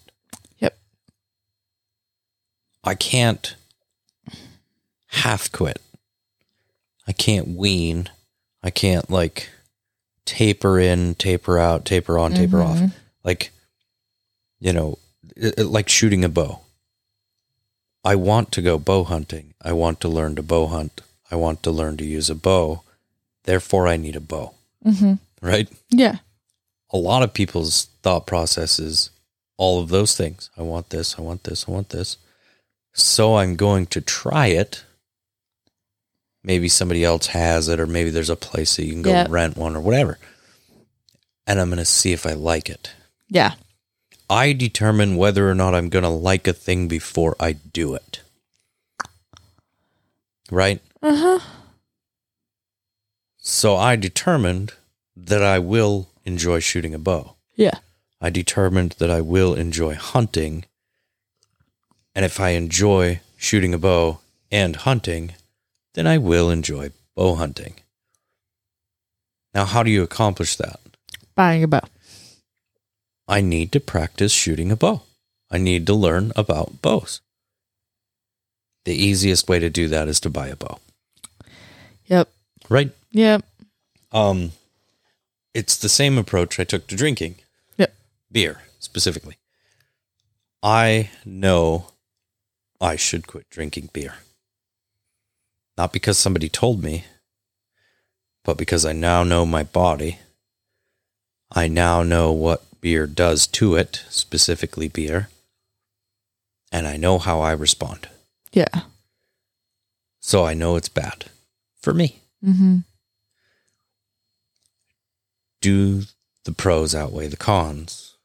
Yep. I can't half quit. I can't wean. I can't like taper in, taper out, taper on, taper off. Like, you know, it, it- like shooting a bow. I want to go bow hunting. I want to learn to bow hunt. I want to learn to use a bow. Therefore, I need a bow, Mm-hmm. right? Yeah. a lot of people's thought process is all of those things. I want this, I want this, I want this. So I'm going to try it. Maybe somebody else has it, or maybe there's a place that you can go Yep. rent one or whatever. And I'm going to see if I like it. Yeah. I determine whether or not I'm going to like a thing before I do it. Right? Uh huh. So I determined that I will enjoy shooting a bow. Yeah. I determined that I will enjoy hunting. And if I enjoy shooting a bow and hunting, then I will enjoy bow hunting. Now, how do you accomplish that? Buying a bow. I need to practice shooting a bow. I need to learn about bows. The easiest way to do that is to buy a bow, Yep. right? Yep. Um, it's the same approach I took to drinking. Yep. beer specifically. I know I should quit drinking beer. Not because somebody told me, but because I now know my body. I now know what beer does to it, specifically beer. And I know how I respond. Yeah. So I know it's bad for me. Mm-hmm. do the pros outweigh the cons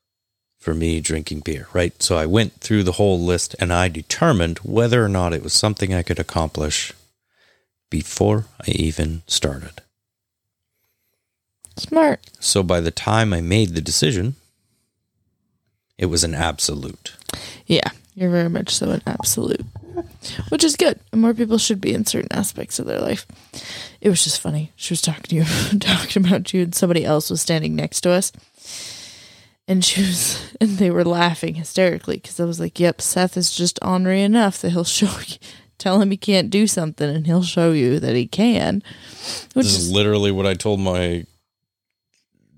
for me drinking beer, right? So I went through the whole list and I determined whether or not it was something I could accomplish before I even started. Smart. So by the time I made the decision, it was an absolute. Yeah. You're very much so an absolute, which is good. And more people should be in certain aspects of their life. It was just funny. She was talking to you, *laughs* talking about you, and somebody else was standing next to us. And she was, *laughs* and they were laughing hysterically because I was like, "Yep, Seth is just ornery enough that he'll *laughs* show you, tell him he can't do something, and he'll show you that he can." Which is literally what I told my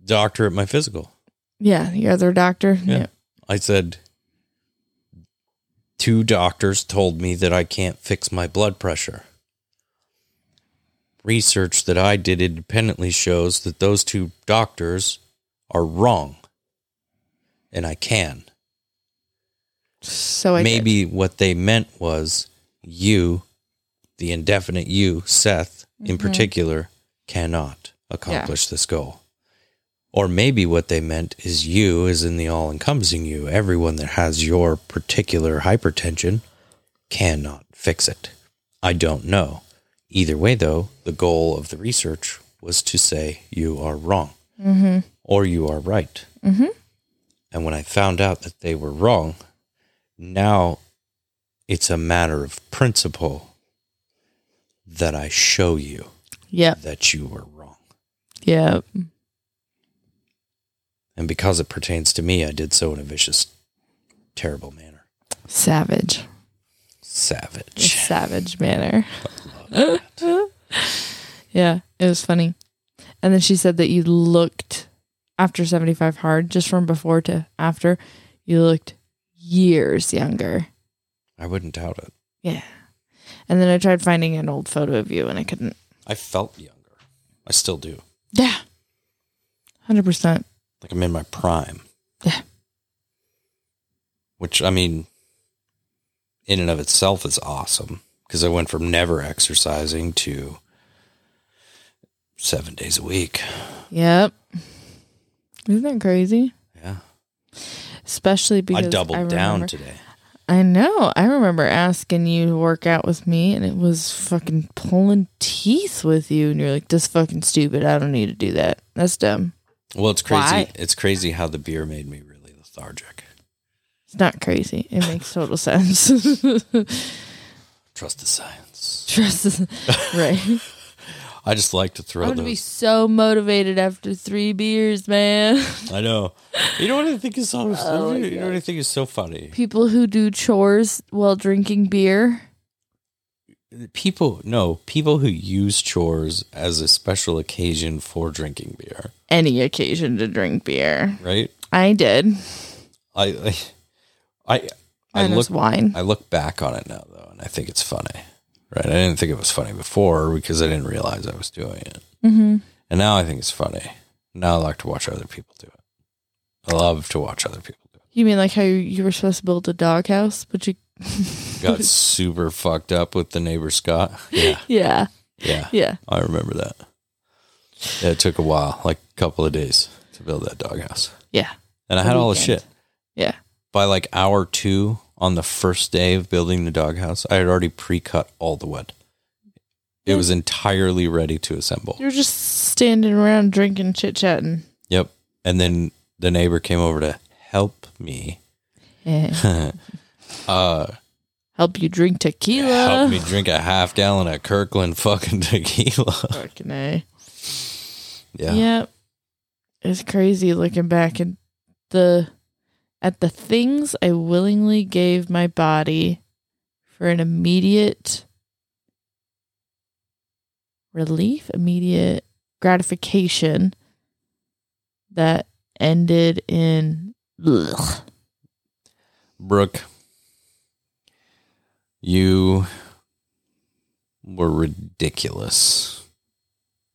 doctor at my physical. yeah, your other doctor. Yeah. I said, two doctors told me that I can't fix my blood pressure. Research that I did independently shows that those two doctors are wrong. And I can. So Oh, I did. Maybe what they meant was you, the indefinite you, Seth in particular, cannot accomplish this goal. Or maybe what they meant is you, is in the all encompassing you, everyone that has your particular hypertension cannot fix it. I don't know. Either way, though, the goal of the research was to say you are wrong or you are right. And when I found out that they were wrong, now it's a matter of principle that I show you Yep. that you were wrong. Yep. And because it pertains to me, I did so in a vicious, terrible manner. Savage. The Savage. savage manner. *laughs* yeah, it was funny. And then she said that you looked after 75 hard, just from before to after, you looked years younger. I wouldn't doubt it. Yeah. And then I tried finding an old photo of you and I couldn't. I felt younger. I still do. Yeah. 100%. Like I'm in my prime. Yeah. Which I mean, in and of itself is awesome because I went from never exercising to seven days a week. Yep. Isn't that crazy? Yeah. Especially because I doubled remember- down today. I know. I remember asking you to work out with me, and it was fucking pulling teeth with you. And you're like, "This fucking stupid. I don't need to do that. That's dumb. Well, it's crazy. Why? It's crazy how the beer made me really lethargic. It's not crazy. It makes total sense." *laughs* Trust the science. *laughs* Trust, right? I just like to throw I'm gonna those. be so motivated after three beers, man. *laughs* I know. You know what I think is so. Oh, my you know what I think is so funny. People who do chores while drinking beer. People, no, people who use chores as a special occasion for drinking beer, Any occasion to drink beer. right? I did. I, I, I, I Mine was look. wine. I look back on it now though, and I think it's funny, right? I didn't think it was funny before because I didn't realize I was doing it, mm-hmm. and now I think it's funny. Now I like to watch other people do it. I love to watch other people do You mean like how you, you were supposed to build a doghouse, but you it. Got super fucked up with the neighbor *laughs* Scott. Yeah, Yeah. yeah. Yeah. I remember that. Yeah, it took a while, like a couple of days to build that doghouse. Yeah. And I A had all the weekend. shit. Yeah. By like hour two on the first day of building the doghouse, I had already pre cut all the wood. It Yeah. was entirely ready to assemble. You're just standing around drinking, chit chatting. Yep. And then the neighbor came over to help *laughs* me. *laughs* uh Help you drink tequila. help me drink a half gallon of Kirkland fucking tequila. *laughs* Fucking A. Yeah. Yep. It's crazy looking back at the at the things I willingly gave my body for an immediate relief, immediate gratification that ended in ugh. Brooke, you were ridiculous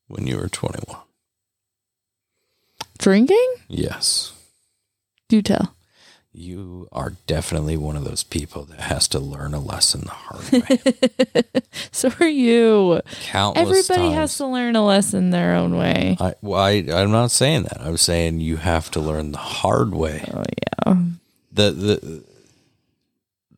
when you were 21. drinking? Yes. Do tell. *laughs* You are definitely one of those people that has to learn a lesson the hard *laughs* way. so are you. Countless Everybody times. has to learn a lesson their own way. I, well, I, I'm not saying that. I'm saying you have to learn the hard way. Oh yeah. The, the,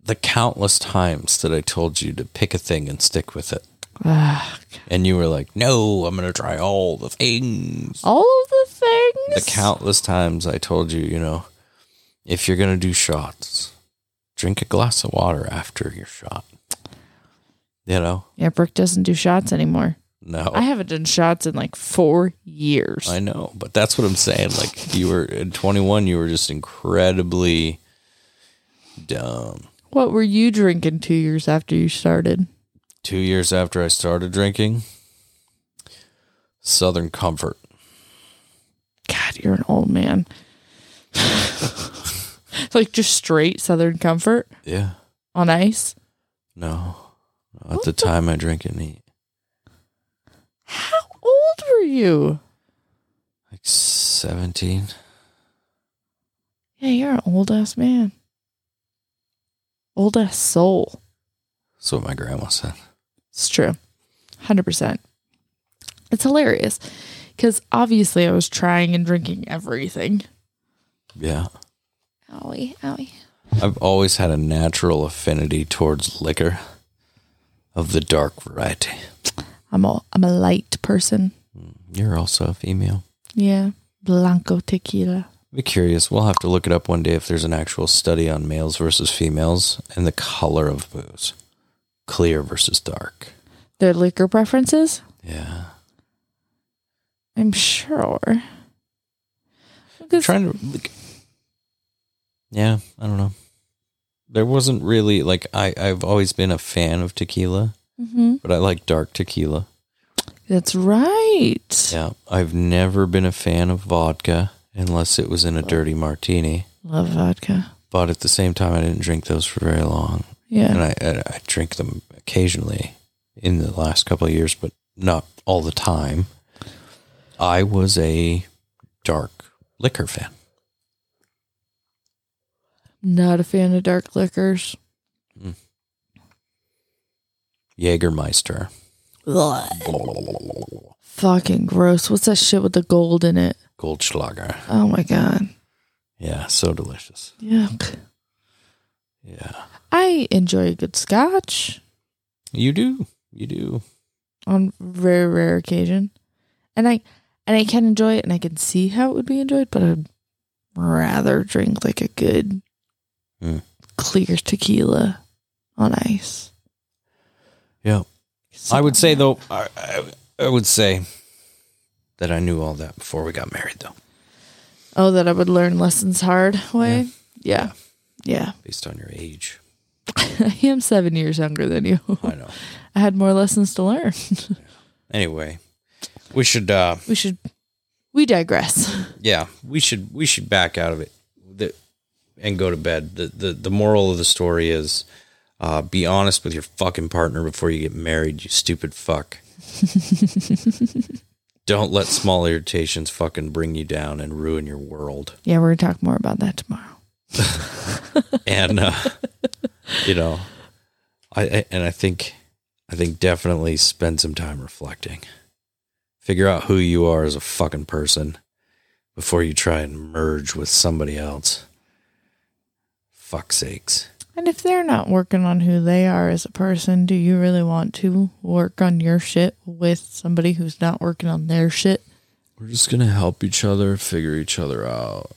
the countless times that I told you to pick a thing and stick with it. Ah, And you were like, no, I'm going to try all the things. *sighs* all of the the things. countless times I told you, you know, if you're gonna do shots, drink a glass of water after your shot. You know, Yeah, Brooke doesn't do shots anymore. no, I I, haven't done shots in like four years. know, but that's what I'm saying. Like you were at 21, you were just incredibly dumb. what were you drinking two years after you started? Two years after I started drinking, Southern Comfort. God, you're an old man. *laughs* like just straight Southern Comfort Yeah, on ice. no, at the time I drank and eat How old were you? like 17. Yeah, you're an old ass man. Old ass soul. That's what my grandma said. It's true. 100%. It's hilarious because obviously I was trying and drinking everything. Yeah. Owie, owie. I've always had a natural affinity towards liquor of the dark variety. I'm a, I'm a light person. You're also a female. Yeah. Blanco tequila. I'd be curious. We'll have to look it up one day if there's an actual study on males versus females and the color of booze clear versus dark. Their liquor preferences? Yeah. I'm sure. I'm Because trying to. Like, yeah, I don't know. there wasn't really like I I've always been a fan of tequila, Mm-hmm. but I like dark tequila. That's right. Yeah, I've never been a fan of vodka unless it was in a dirty martini. Love vodka. But at the same time, I didn't drink those for very long, and Yeah. I I, I drink them occasionally in the last couple of years, but not all the time. I was a dark liquor fan. Not a fan of dark liquors. Jägermeister. Fucking gross. What's that shit with the gold in it? Goldschlager. Oh my god. Yeah, so delicious. Yuck. Yeah. I enjoy a good scotch You do. You do. on very rare occasion. And I and I can enjoy it and I can see how it would be enjoyed, but I'd rather drink like a good Mm. clear tequila on ice. Yeah. Sip I on would say that. though I, I, I would say that I knew all that before we got married though, Oh, that I would learn lessons hard way. Yeah. Yeah. based on your age. *laughs* I am seven years younger than you. *laughs* I know. I had more lessons to learn. Anyway, we should uh We should we digress. *laughs* yeah, we should we should back out of it the, and go to bed. The, the the moral of the story is uh be honest with your fucking partner before you get married, you stupid fuck. Don't let small irritations fucking bring you down and ruin your world. Yeah, we're gonna talk more about that tomorrow. and uh, *laughs* you know, I, I and I think I think definitely spend some time reflecting, figure out who you are as a fucking person before you try and merge with somebody else. Fuck sakes, And if they're not working on who they are as a person, do you really want to work on your shit with somebody who's not working on their shit? we're just gonna help each other figure each other out.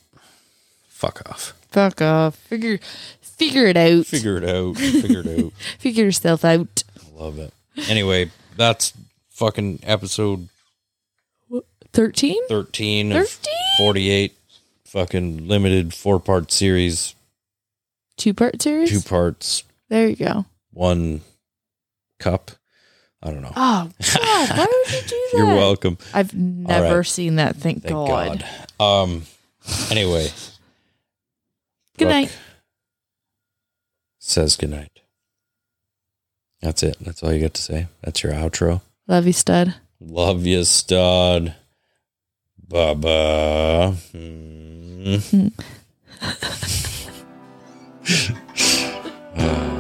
Fuck off. Fuck off. Figure figure it out. Figure, Figure it out. Figure it out. yourself out. *laughs* I love it. Anyway, that's fucking episode Thirteen? 13 of Thirteen? 48 fucking limited four part series, Two part series? two parts, there you go. one cup. I don't know. Oh God, why would you do that? *laughs* You're welcome. I've never right. seen that, thank, Thank God. God. Um anyway. Good Brooke night. Says good night. That's it. That's all you got to say. That's your outro. Love you, stud. Love you, stud. Bye bye. Hmm.